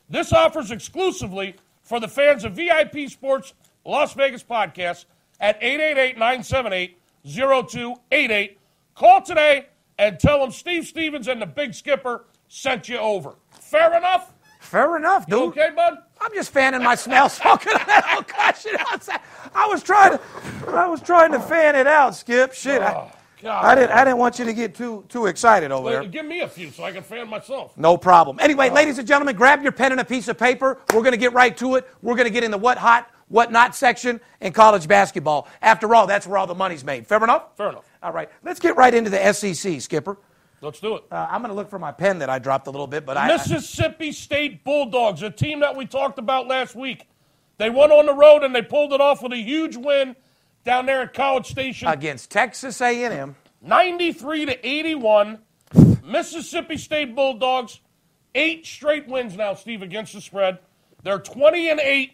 [SPEAKER 4] This offer's exclusively for the fans of VIP Sports Las Vegas podcast at 888-978-0288. Call today and tell them Steve Stevens and the Big Skipper sent you over. Fair enough?
[SPEAKER 3] Fair enough, dude.
[SPEAKER 4] You okay, bud?
[SPEAKER 3] I'm just fanning my smell, smoking a little cushion outside. I was trying to, I was trying to fan it out, Skip. Shit, I,
[SPEAKER 4] God.
[SPEAKER 3] I didn't, I didn't want you to get too, too excited over
[SPEAKER 4] Well,
[SPEAKER 3] there.
[SPEAKER 4] Give me a few so I can fan myself.
[SPEAKER 3] No problem. Anyway, ladies and gentlemen, grab your pen and a piece of paper. We're going to get right to it. We're going to get in the what hot, what not section in college basketball. After all, that's where all the money's made. Fair enough?
[SPEAKER 4] Fair enough.
[SPEAKER 3] All right, let's get right into the SEC, Skipper.
[SPEAKER 4] Let's do it.
[SPEAKER 3] Uh, I'm going to look for my pen that I dropped a little bit, but I.
[SPEAKER 4] Mississippi State Bulldogs, a team that we talked about last week. They went on the road and they pulled it off with a huge win down there at College Station,
[SPEAKER 3] against Texas A&M.
[SPEAKER 4] 93 to 81. Mississippi State Bulldogs, eight straight wins now, Steve, against the spread. They're 20 and eight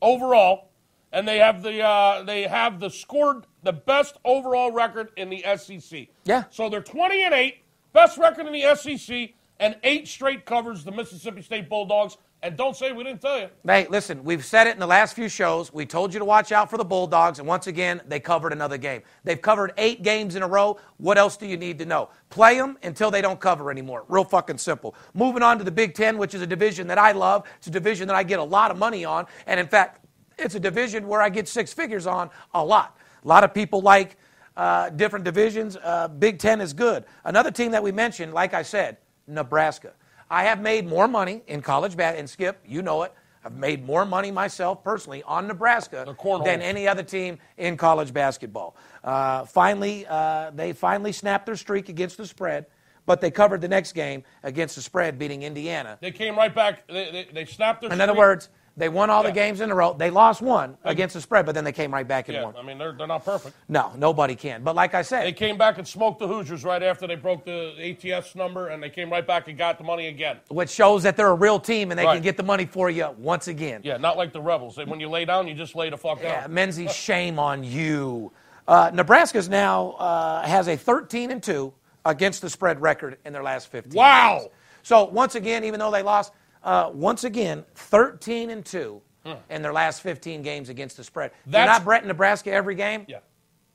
[SPEAKER 4] overall, and they have the uh, they have the scored the best overall record in the SEC.
[SPEAKER 3] Yeah.
[SPEAKER 4] So they're 20 and 8, best record in the SEC, and eight straight covers the Mississippi State Bulldogs. And don't say we didn't tell you.
[SPEAKER 3] Hey, listen, we've said it in the last few shows. We told you to watch out for the Bulldogs, and once again, they covered another game. They've covered eight games in a row. What else do you need to know? Play them until they don't cover anymore. Real fucking simple. Moving on to the Big Ten, which is a division that I love. It's a division that I get a lot of money on, and in fact, it's a division where I get six figures on a lot. A lot of people like uh, different divisions. Uh, Big Ten is good. Another team that we mentioned, like I said, Nebraska. I have made more money in college bat and skip. You know it. I've made more money myself personally on Nebraska
[SPEAKER 4] cornhole.
[SPEAKER 3] than any other team in college basketball. Uh, finally, uh, they finally snapped their streak against the spread, but they covered the next game against the spread, beating Indiana.
[SPEAKER 4] They came right back. They, they, they snapped their
[SPEAKER 3] In other
[SPEAKER 4] streak.
[SPEAKER 3] words, they won all
[SPEAKER 4] Yeah.
[SPEAKER 3] the games in a row. They lost one against the spread, but then they came right back and
[SPEAKER 4] yeah,
[SPEAKER 3] won.
[SPEAKER 4] I mean, they're, they're not perfect.
[SPEAKER 3] No, nobody can. But like I said,
[SPEAKER 4] They came back and smoked the Hoosiers right after they broke the ATS number, and they came right back and got the money again.
[SPEAKER 3] which shows that they're a real team and they
[SPEAKER 4] Right.
[SPEAKER 3] can get the money for you once again.
[SPEAKER 4] Yeah, not like the Rebels. They, when you lay down, you just lay the fuck
[SPEAKER 3] Yeah,
[SPEAKER 4] down.
[SPEAKER 3] Menzies, shame on you. Uh, Nebraska's now uh, has a 13 and two against the spread record in their last 15.
[SPEAKER 4] Wow.
[SPEAKER 3] So once again, even though they lost, uh, once again, 13 and two in their last 15 games against the spread. You're
[SPEAKER 4] That's-
[SPEAKER 3] not Brett Nebraska every game.
[SPEAKER 4] Yeah.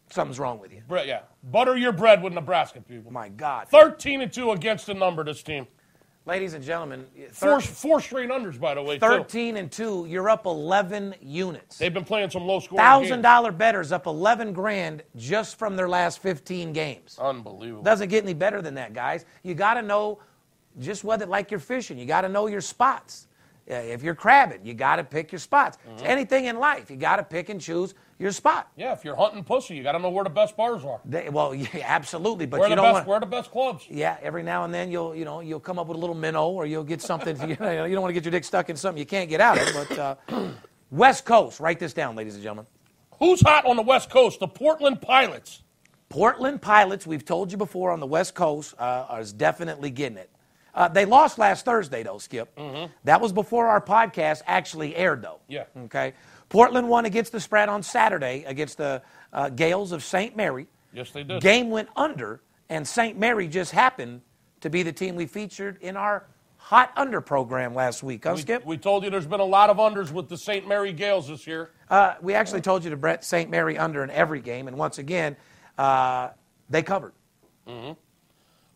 [SPEAKER 3] Something's wrong with you.
[SPEAKER 4] Bre- yeah. Butter your bread with Nebraska, people.
[SPEAKER 3] My God,
[SPEAKER 4] 13 and 2 against the number, this team.
[SPEAKER 3] ladies and gentlemen,
[SPEAKER 4] Four,
[SPEAKER 3] thir-
[SPEAKER 4] four straight unders, by the way, too.
[SPEAKER 3] 13 and two. You're up 11 units.
[SPEAKER 4] They've been playing some low scoring.
[SPEAKER 3] Thousand
[SPEAKER 4] games.
[SPEAKER 3] dollar betters up 11 grand just from their last 15 games.
[SPEAKER 4] Unbelievable.
[SPEAKER 3] Doesn't get any better than that, guys. You got to know just whether, like you're fishing, you got to know your spots. Uh, If you're crabbing, you got to pick your spots.
[SPEAKER 4] Mm-hmm.
[SPEAKER 3] It's anything in life, you got to pick and choose your spot.
[SPEAKER 4] yeah, if you're hunting pussy, you got to know where the best bars are.
[SPEAKER 3] They- well, yeah, absolutely, but
[SPEAKER 4] Where
[SPEAKER 3] you
[SPEAKER 4] the
[SPEAKER 3] don't
[SPEAKER 4] best,
[SPEAKER 3] want.
[SPEAKER 4] where the best clubs.
[SPEAKER 3] yeah, every now and then you'll you know you'll come up with a little minnow or you'll get something. you, know, you don't want to get your dick stuck in something you can't get out of. But uh, West Coast, write this down, ladies and gentlemen.
[SPEAKER 4] Who's hot on the West Coast? The Portland Pilots.
[SPEAKER 3] Portland Pilots, we've told you before on the West Coast, uh, is definitely getting it. Uh, they lost last Thursday, though, Skip. That was before our podcast actually aired, though.
[SPEAKER 4] Yeah.
[SPEAKER 3] Okay. Portland won against the spread on Saturday against the uh, Gales of St. Mary.
[SPEAKER 4] Yes, they did.
[SPEAKER 3] Game went under, and St. Mary just happened to be the team we featured in our Hot Under program last week. Huh,
[SPEAKER 4] We,
[SPEAKER 3] Skip?
[SPEAKER 4] we told you there's been a lot of unders with the St. Mary Gales this year.
[SPEAKER 3] Uh, we actually told you to Brett St. Mary under in every game, and once again, uh, they covered.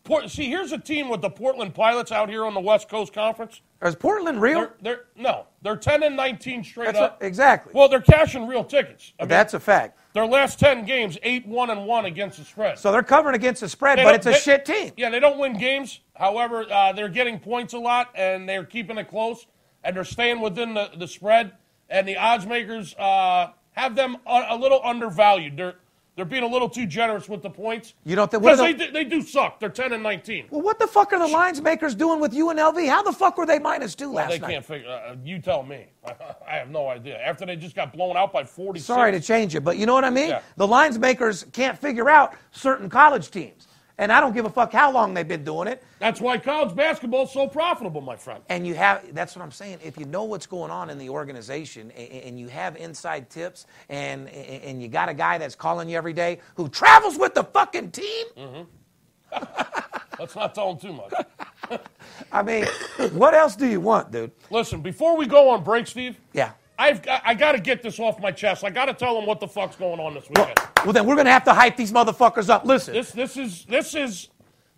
[SPEAKER 4] Port, see, here's a team with the Portland Pilots out here on the West Coast Conference.
[SPEAKER 3] Is Portland real?
[SPEAKER 4] They're, they're no, they're 10 and 19 straight
[SPEAKER 3] That's
[SPEAKER 4] up.
[SPEAKER 3] what- exactly.
[SPEAKER 4] Well, they're cashing real tickets. I mean,
[SPEAKER 3] That's a fact.
[SPEAKER 4] their last 10 games, 8 1 and 1 against the spread.
[SPEAKER 3] So they're covering against the spread,
[SPEAKER 4] They
[SPEAKER 3] but
[SPEAKER 4] don't-
[SPEAKER 3] it's a
[SPEAKER 4] they-
[SPEAKER 3] shit team.
[SPEAKER 4] Yeah, they don't win games. However, uh, they're getting points a lot, and they're keeping it close, and they're staying within the, the spread. And the odds makers uh, have them a, a little undervalued. They're they're being a little too generous with the points.
[SPEAKER 3] You don't think- what
[SPEAKER 4] because
[SPEAKER 3] are the-
[SPEAKER 4] they, do- they do suck. They're 10 and 19.
[SPEAKER 3] Well, what the fuck are the lines makers doing with UNLV? How the fuck were they minus two last
[SPEAKER 4] They
[SPEAKER 3] night?
[SPEAKER 4] can't figure. Uh, you tell me. I have no idea. After they just got blown out by 46.
[SPEAKER 3] Sorry to change it, but you know what I mean?
[SPEAKER 4] Yeah.
[SPEAKER 3] The lines makers can't figure out certain college teams. And I don't give a fuck how long they've been doing it.
[SPEAKER 4] That's why college basketball is so profitable, my friend.
[SPEAKER 3] And you have, that's what I'm saying. If you know what's going on in the organization and, and you have inside tips and, and and you got a guy that's calling you every day who travels with the fucking team,
[SPEAKER 4] Let's not tell them too much.
[SPEAKER 3] I mean, what else do you want, dude?
[SPEAKER 4] Listen, before we go on break, Steve.
[SPEAKER 3] Yeah.
[SPEAKER 4] I've got, I got to get this off my chest. I got to tell them what the fuck's going on this weekend.
[SPEAKER 3] Well, then we're going to have to hype these motherfuckers up. Listen.
[SPEAKER 4] This this is this is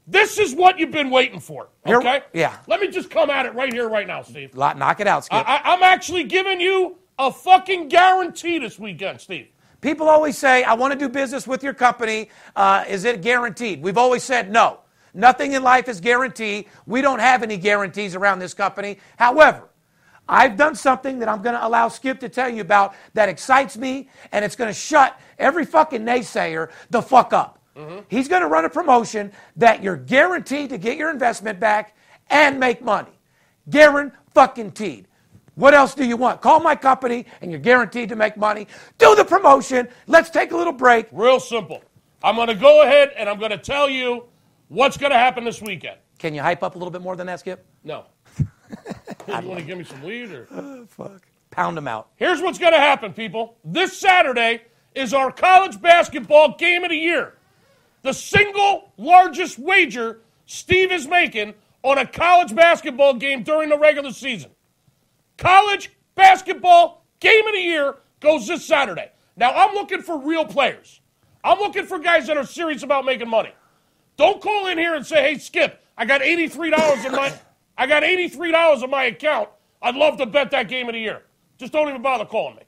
[SPEAKER 4] This is what you've been waiting for.
[SPEAKER 3] Here-
[SPEAKER 4] Okay?
[SPEAKER 3] yeah.
[SPEAKER 4] Let me just come at it right here, right now, Steve.
[SPEAKER 3] Lot, knock it out, Skip.
[SPEAKER 4] I, I, I'm actually giving you a fucking guarantee this weekend, Steve.
[SPEAKER 3] People always say, I want to do business with your company. Uh, is it guaranteed? We've always said no. Nothing in life is guaranteed. We don't have any guarantees around this company. However, I've done something that I'm going to allow Skip to tell you about that excites me, and it's going to shut every fucking naysayer the fuck up. He's going to run a promotion that you're guaranteed to get your investment back and make money. Guaranteed. fucking teed. What else do you want? Call my company and you're guaranteed to make money. Do the promotion. Let's take a little break.
[SPEAKER 4] Real simple. I'm going to go ahead and I'm going to tell you what's going to happen this weekend.
[SPEAKER 3] Can you hype up a little bit more than that, Skip?
[SPEAKER 4] No. you want to give me some weed or?
[SPEAKER 3] Pound them out.
[SPEAKER 4] Here's what's going to happen, people. This Saturday is our college basketball game of the year. The single largest wager Steve is making on a college basketball game during the regular season. College basketball game of the year goes this Saturday. Now, I'm looking for real players. I'm looking for guys that are serious about making money. Don't call in here and say, "Hey, Skip, I got eighty-three dollars in my, I got eighty-three dollars in my account. I'd love to bet that game of the year." Just don't even bother calling me.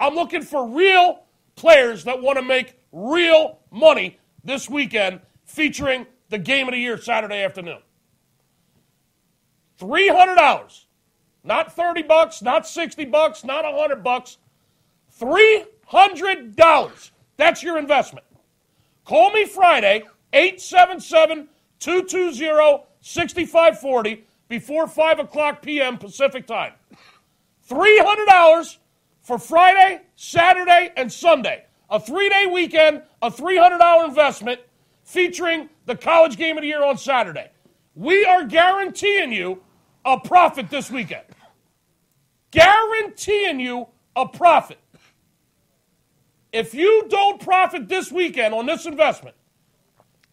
[SPEAKER 4] I'm looking for real players that want to make real money this weekend, featuring the game of the year Saturday afternoon. Three hundred dollars, not thirty bucks, not sixty bucks, not hundred bucks. Three hundred dollars. That's your investment. Call me Friday, 877 220 6540 before 5 o'clock p.m. Pacific time. $300 for Friday, Saturday, and Sunday. A three day weekend, a $300 investment featuring the college game of the year on Saturday. We are guaranteeing you a profit this weekend. Guaranteeing you a profit. If you don't profit this weekend on this investment,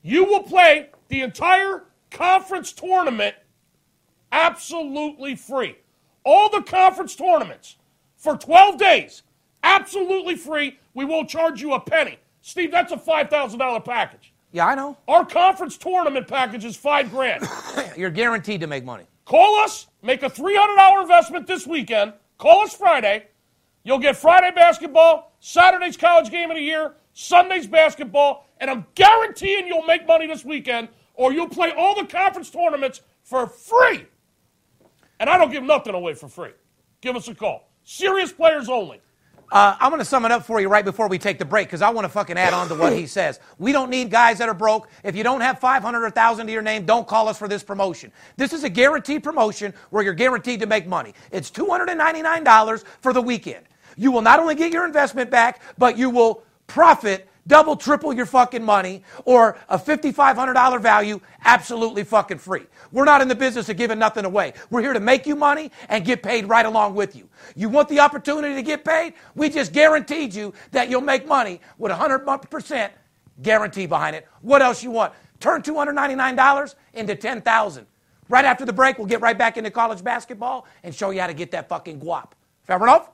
[SPEAKER 4] you will play the entire conference tournament absolutely free. All the conference tournaments for 12 days, absolutely free. We won't charge you a penny. Steve, that's a $5,000 package.
[SPEAKER 3] Yeah, I know.
[SPEAKER 4] Our conference tournament package is five grand.
[SPEAKER 3] You're guaranteed to make money.
[SPEAKER 4] Call us, make a $300 investment this weekend. Call us Friday. You'll get Friday basketball, Saturday's college game of the year, Sunday's basketball, and I'm guaranteeing you'll make money this weekend or you'll play all the conference tournaments for free. And I don't give nothing away for free. Give us a call. Serious players only.
[SPEAKER 3] Uh, I'm going to sum it up for you right before we take the break because I want to fucking add on to what he says. We don't need guys that are broke. If you don't have 500 or 1,000 to your name, don't call us for this promotion. This is a guaranteed promotion where you're guaranteed to make money. It's $299 for the weekend. You will not only get your investment back, but you will profit double, triple your fucking money or a $5,500 value absolutely fucking free. We're not in the business of giving nothing away. We're here to make you money and get paid right along with you. You want the opportunity to get paid? We just guaranteed you that you'll make money with 100% guarantee behind it. What else you want? Turn $299 into 10000 Right after the break, we'll get right back into college basketball and show you how to get that fucking guap. Fair enough?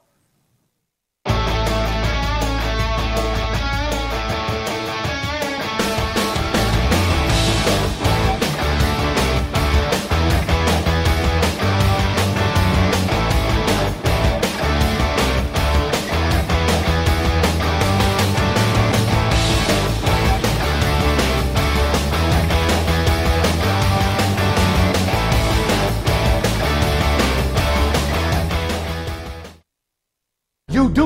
[SPEAKER 3] You do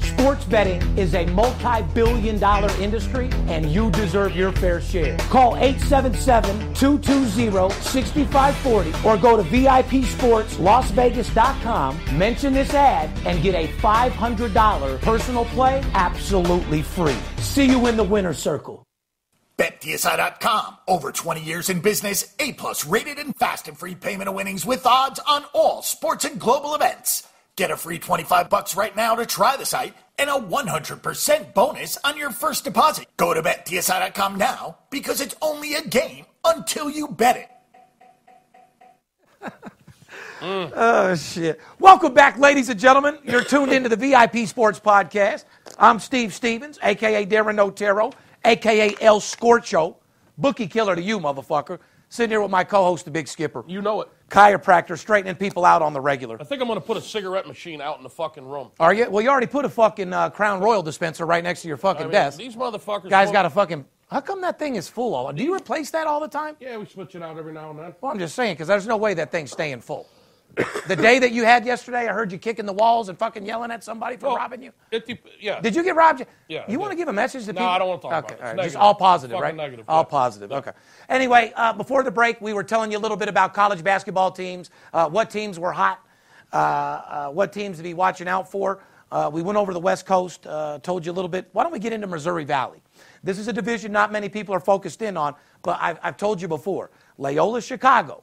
[SPEAKER 3] sports betting is a multi billion dollar industry and you deserve your fair share. Call 877 220 6540 or go to VIPSportsLasVegas.com, mention this ad, and get a $500 personal play absolutely free. See you in the winner's circle.
[SPEAKER 5] BetDSI.com. Over 20 years in business, A plus rated and fast and free payment of winnings with odds on all sports and global events. Get a free 25 bucks right now to try the site and a 100% bonus on your first deposit. Go to BetDSI.com now because it's only a game until you bet it.
[SPEAKER 3] Oh, shit. Welcome back, ladies and gentlemen. You're tuned into the VIP Sports Podcast. I'm Steve Stevens, a.k.a. Darren Otero, a.k.a. El Scorcho, bookie killer to you, motherfucker. Sitting here with my co-host, the Big Skipper,
[SPEAKER 4] You know it.
[SPEAKER 3] chiropractor, straightening people out on the regular.
[SPEAKER 4] I think I'm going to put a cigarette machine out in the fucking room.
[SPEAKER 3] Are you? Well, you already put a fucking uh, Crown Royal dispenser right next to your fucking
[SPEAKER 4] I mean,
[SPEAKER 3] desk.
[SPEAKER 4] these motherfuckers.
[SPEAKER 3] Guys
[SPEAKER 4] smoke-
[SPEAKER 3] got a fucking... How come that thing is full all? Do you replace that all the time?
[SPEAKER 4] Yeah, we switch it out every now and then.
[SPEAKER 3] Well, I'm just saying, because there's no way that thing's staying full. the day that you had yesterday, I heard you kicking the walls and fucking yelling at somebody for
[SPEAKER 4] Well,
[SPEAKER 3] robbing you.
[SPEAKER 4] It dep yeah.
[SPEAKER 3] Did you get robbed?
[SPEAKER 4] Yeah, I
[SPEAKER 3] You want to
[SPEAKER 4] did.
[SPEAKER 3] give a message to
[SPEAKER 4] No,
[SPEAKER 3] people?
[SPEAKER 4] I don't wanna talk about
[SPEAKER 3] okay,
[SPEAKER 4] it.
[SPEAKER 3] all right,
[SPEAKER 4] It's
[SPEAKER 3] Just
[SPEAKER 4] negative.
[SPEAKER 3] all positive,
[SPEAKER 4] Fucking
[SPEAKER 3] right?
[SPEAKER 4] negative,
[SPEAKER 3] All
[SPEAKER 4] yeah.
[SPEAKER 3] positive. Okay. Anyway, uh, before the break, we were telling you a little bit about college basketball teams, uh, what teams were hot, uh, uh, what teams to be watching out for. Uh, we went over the West Coast, uh, told you a little bit. Why don't we get into Missouri Valley? This is a division not many people are focused in on, but I've, I've told you before Loyola, Chicago.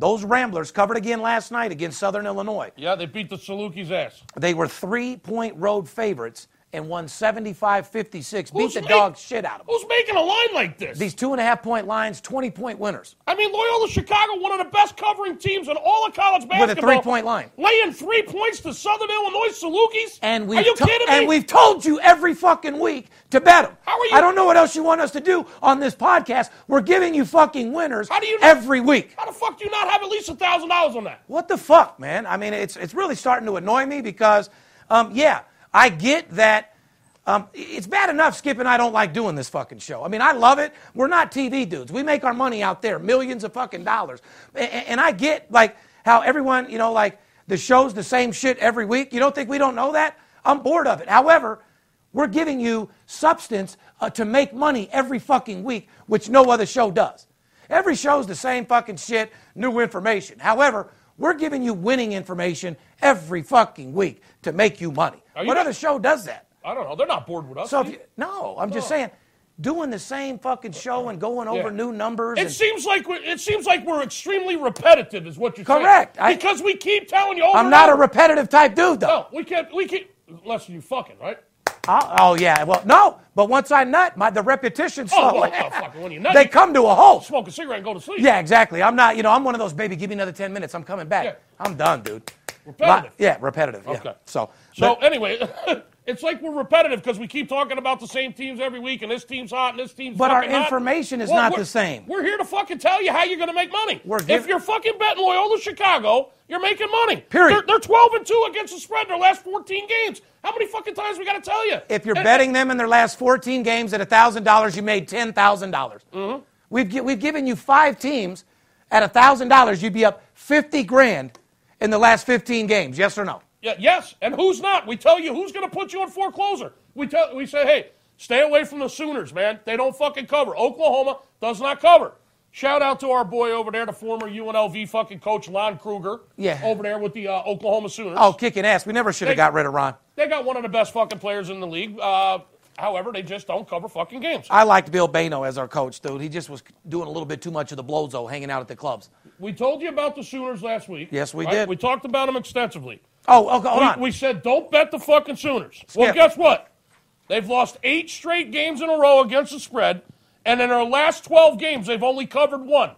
[SPEAKER 3] Those Ramblers covered again last night against Southern Illinois.
[SPEAKER 4] yeah, they beat the Salukis' ass.
[SPEAKER 3] They were three point road favorites and won 75 56. Beat
[SPEAKER 4] Who's
[SPEAKER 3] the
[SPEAKER 4] ma-
[SPEAKER 3] dog shit out of them.
[SPEAKER 4] Who's making a line like this?
[SPEAKER 3] These two and a half point lines, 20 point winners.
[SPEAKER 4] I mean, Loyola Chicago, one of the best covering teams in all of college basketball,
[SPEAKER 3] With a three-point line.
[SPEAKER 4] laying three points to Southern Illinois Salukis.
[SPEAKER 3] And
[SPEAKER 4] are
[SPEAKER 3] we've,
[SPEAKER 4] you
[SPEAKER 3] to-
[SPEAKER 4] kidding me?
[SPEAKER 3] and we've told you every fucking week to bet them.
[SPEAKER 4] How are you-
[SPEAKER 3] I don't know what else you want us to do on this podcast. We're giving you fucking winners
[SPEAKER 4] How do you-
[SPEAKER 3] every week.
[SPEAKER 4] How the fuck do you not have at least a thousand dollars on that?
[SPEAKER 3] What the fuck, man? I mean, it's, it's really starting to annoy me because, um, yeah, I get that. Um, it's bad enough Skip and I don't like doing this fucking show. I mean, I love it. We're not TV dudes. We make our money out there, millions of fucking dollars. A- a- And I get, like, how everyone, you know, like, the show's the same shit every week. You don't think we don't know that? I'm bored of it. However, we're giving you substance uh, to make money every fucking week, which no other show does. Every show's the same fucking shit, new information. However, we're giving you winning information every fucking week to make you money.
[SPEAKER 4] Are you
[SPEAKER 3] what
[SPEAKER 4] not-
[SPEAKER 3] other show does that?
[SPEAKER 4] I don't know. They're not bored with us.
[SPEAKER 3] So if
[SPEAKER 4] dude.
[SPEAKER 3] you, no, I'm just saying, doing the same fucking show and going over
[SPEAKER 4] Yeah.
[SPEAKER 3] new numbers.
[SPEAKER 4] it
[SPEAKER 3] and-
[SPEAKER 4] seems like we're, it seems like we're extremely repetitive, is what you're saying.
[SPEAKER 3] Correct. I-
[SPEAKER 4] because we keep telling you. Over
[SPEAKER 3] I'm
[SPEAKER 4] and
[SPEAKER 3] not a
[SPEAKER 4] over.
[SPEAKER 3] repetitive type dude, though.
[SPEAKER 4] No, we can't. We can't. Unless you fucking right.
[SPEAKER 3] I'll- oh yeah, well no, but once I nut, my the repetition's
[SPEAKER 4] Oh,
[SPEAKER 3] slow.
[SPEAKER 4] well, no, fucking when you nut,
[SPEAKER 3] they
[SPEAKER 4] you-
[SPEAKER 3] come to a halt.
[SPEAKER 4] Smoke a cigarette and go to sleep.
[SPEAKER 3] Yeah, exactly. I'm not, you know, I'm one of those baby. Give me another ten minutes. I'm coming back.
[SPEAKER 4] Yeah.
[SPEAKER 3] I'm done, dude.
[SPEAKER 4] Repetitive.
[SPEAKER 3] yeah, repetitive. yeah.
[SPEAKER 4] Okay.
[SPEAKER 3] So,
[SPEAKER 4] So
[SPEAKER 3] but-
[SPEAKER 4] anyway, it's like we're repetitive because we keep talking about the same teams every week, and this team's hot, and this team's.
[SPEAKER 3] But our
[SPEAKER 4] fucking hot.
[SPEAKER 3] information is
[SPEAKER 4] Well,
[SPEAKER 3] not
[SPEAKER 4] we're-
[SPEAKER 3] the same.
[SPEAKER 4] We're here to fucking tell you how you're going to make money.
[SPEAKER 3] We're
[SPEAKER 4] if
[SPEAKER 3] giv-
[SPEAKER 4] you're fucking betting Loyola Chicago, you're making money.
[SPEAKER 3] Period.
[SPEAKER 4] They're, they're 12 and two against the spread in their last 14 games. How many fucking times we got to tell you?
[SPEAKER 3] If you're
[SPEAKER 4] And-
[SPEAKER 3] betting them in their last 14 games at $1,000, you made $10,000. dollars
[SPEAKER 4] Mm-hmm.
[SPEAKER 3] We've, gi- we've given you five teams at $1,000, you'd be up 50 grand in the last 15 games. Yes or no?
[SPEAKER 4] Yeah, yes, and who's not? We tell you who's going to put you in foreclosure. We tell we say, hey, stay away from the Sooners, man. They don't fucking cover. Oklahoma does not cover. Shout out to our boy over there, the former UNLV fucking coach Lon Kruger.
[SPEAKER 3] Yeah.
[SPEAKER 4] Over there with the uh, Oklahoma Sooners.
[SPEAKER 3] Oh, kicking ass. We never should have
[SPEAKER 4] They-
[SPEAKER 3] got rid of Ron.
[SPEAKER 4] They got one of the best fucking players in the league. Uh, however, they just don't cover fucking games.
[SPEAKER 3] I liked Bill Bano as our coach, dude. He just was doing a little bit too much of the blozo hanging out at the clubs.
[SPEAKER 4] we told you about the Sooners last week.
[SPEAKER 3] Yes, we did.
[SPEAKER 4] We talked about them extensively.
[SPEAKER 3] Oh, oh hold
[SPEAKER 4] we,
[SPEAKER 3] on.
[SPEAKER 4] we said don't bet the fucking Sooners. Well,
[SPEAKER 3] Skip.
[SPEAKER 4] guess what? They've lost eight straight games in a row against the spread, and in their last 12 games, they've only covered one.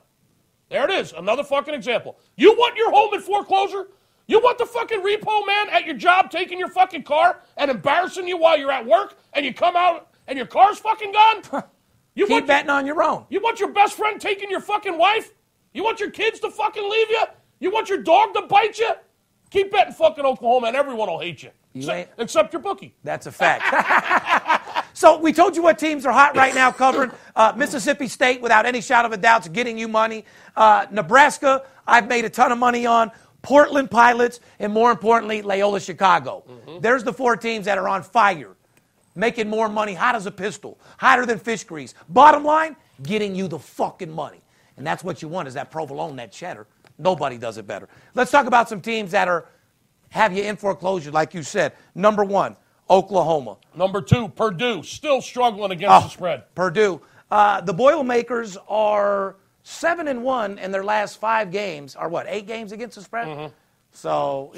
[SPEAKER 4] There it is, another fucking example. You want your home in foreclosure? You want the fucking repo man at your job taking your fucking car and embarrassing you while you're at work, and you come out and your car's fucking gone? You
[SPEAKER 3] Keep
[SPEAKER 4] want
[SPEAKER 3] betting on your own.
[SPEAKER 4] you want your best friend taking your fucking wife? You want your kids to fucking leave you? You want your dog to bite you? Keep betting fucking Oklahoma and everyone will hate you. Except-
[SPEAKER 3] ain't-
[SPEAKER 4] except your bookie.
[SPEAKER 3] That's a fact. so we told you what teams are hot right now covered. Uh, Mississippi State, without any shadow of a doubt, is getting you money. Uh, Nebraska, I've made a ton of money on. Portland Pilots, and more importantly, Loyola Chicago. There's the four teams that are on fire, making more money, hot as a pistol, hotter than fish grease. Bottom line, getting you the fucking money. And that's what you want is that provolone, that cheddar. Nobody does it better. Let's talk about some teams that are have you in foreclosure, like you said. Number one, Oklahoma.
[SPEAKER 4] Number two, Purdue, still struggling against
[SPEAKER 3] Ah.
[SPEAKER 4] the spread.
[SPEAKER 3] Purdue. Uh, the Boilermakers are seven and one in their last five games. Are what eight games against the spread? So, you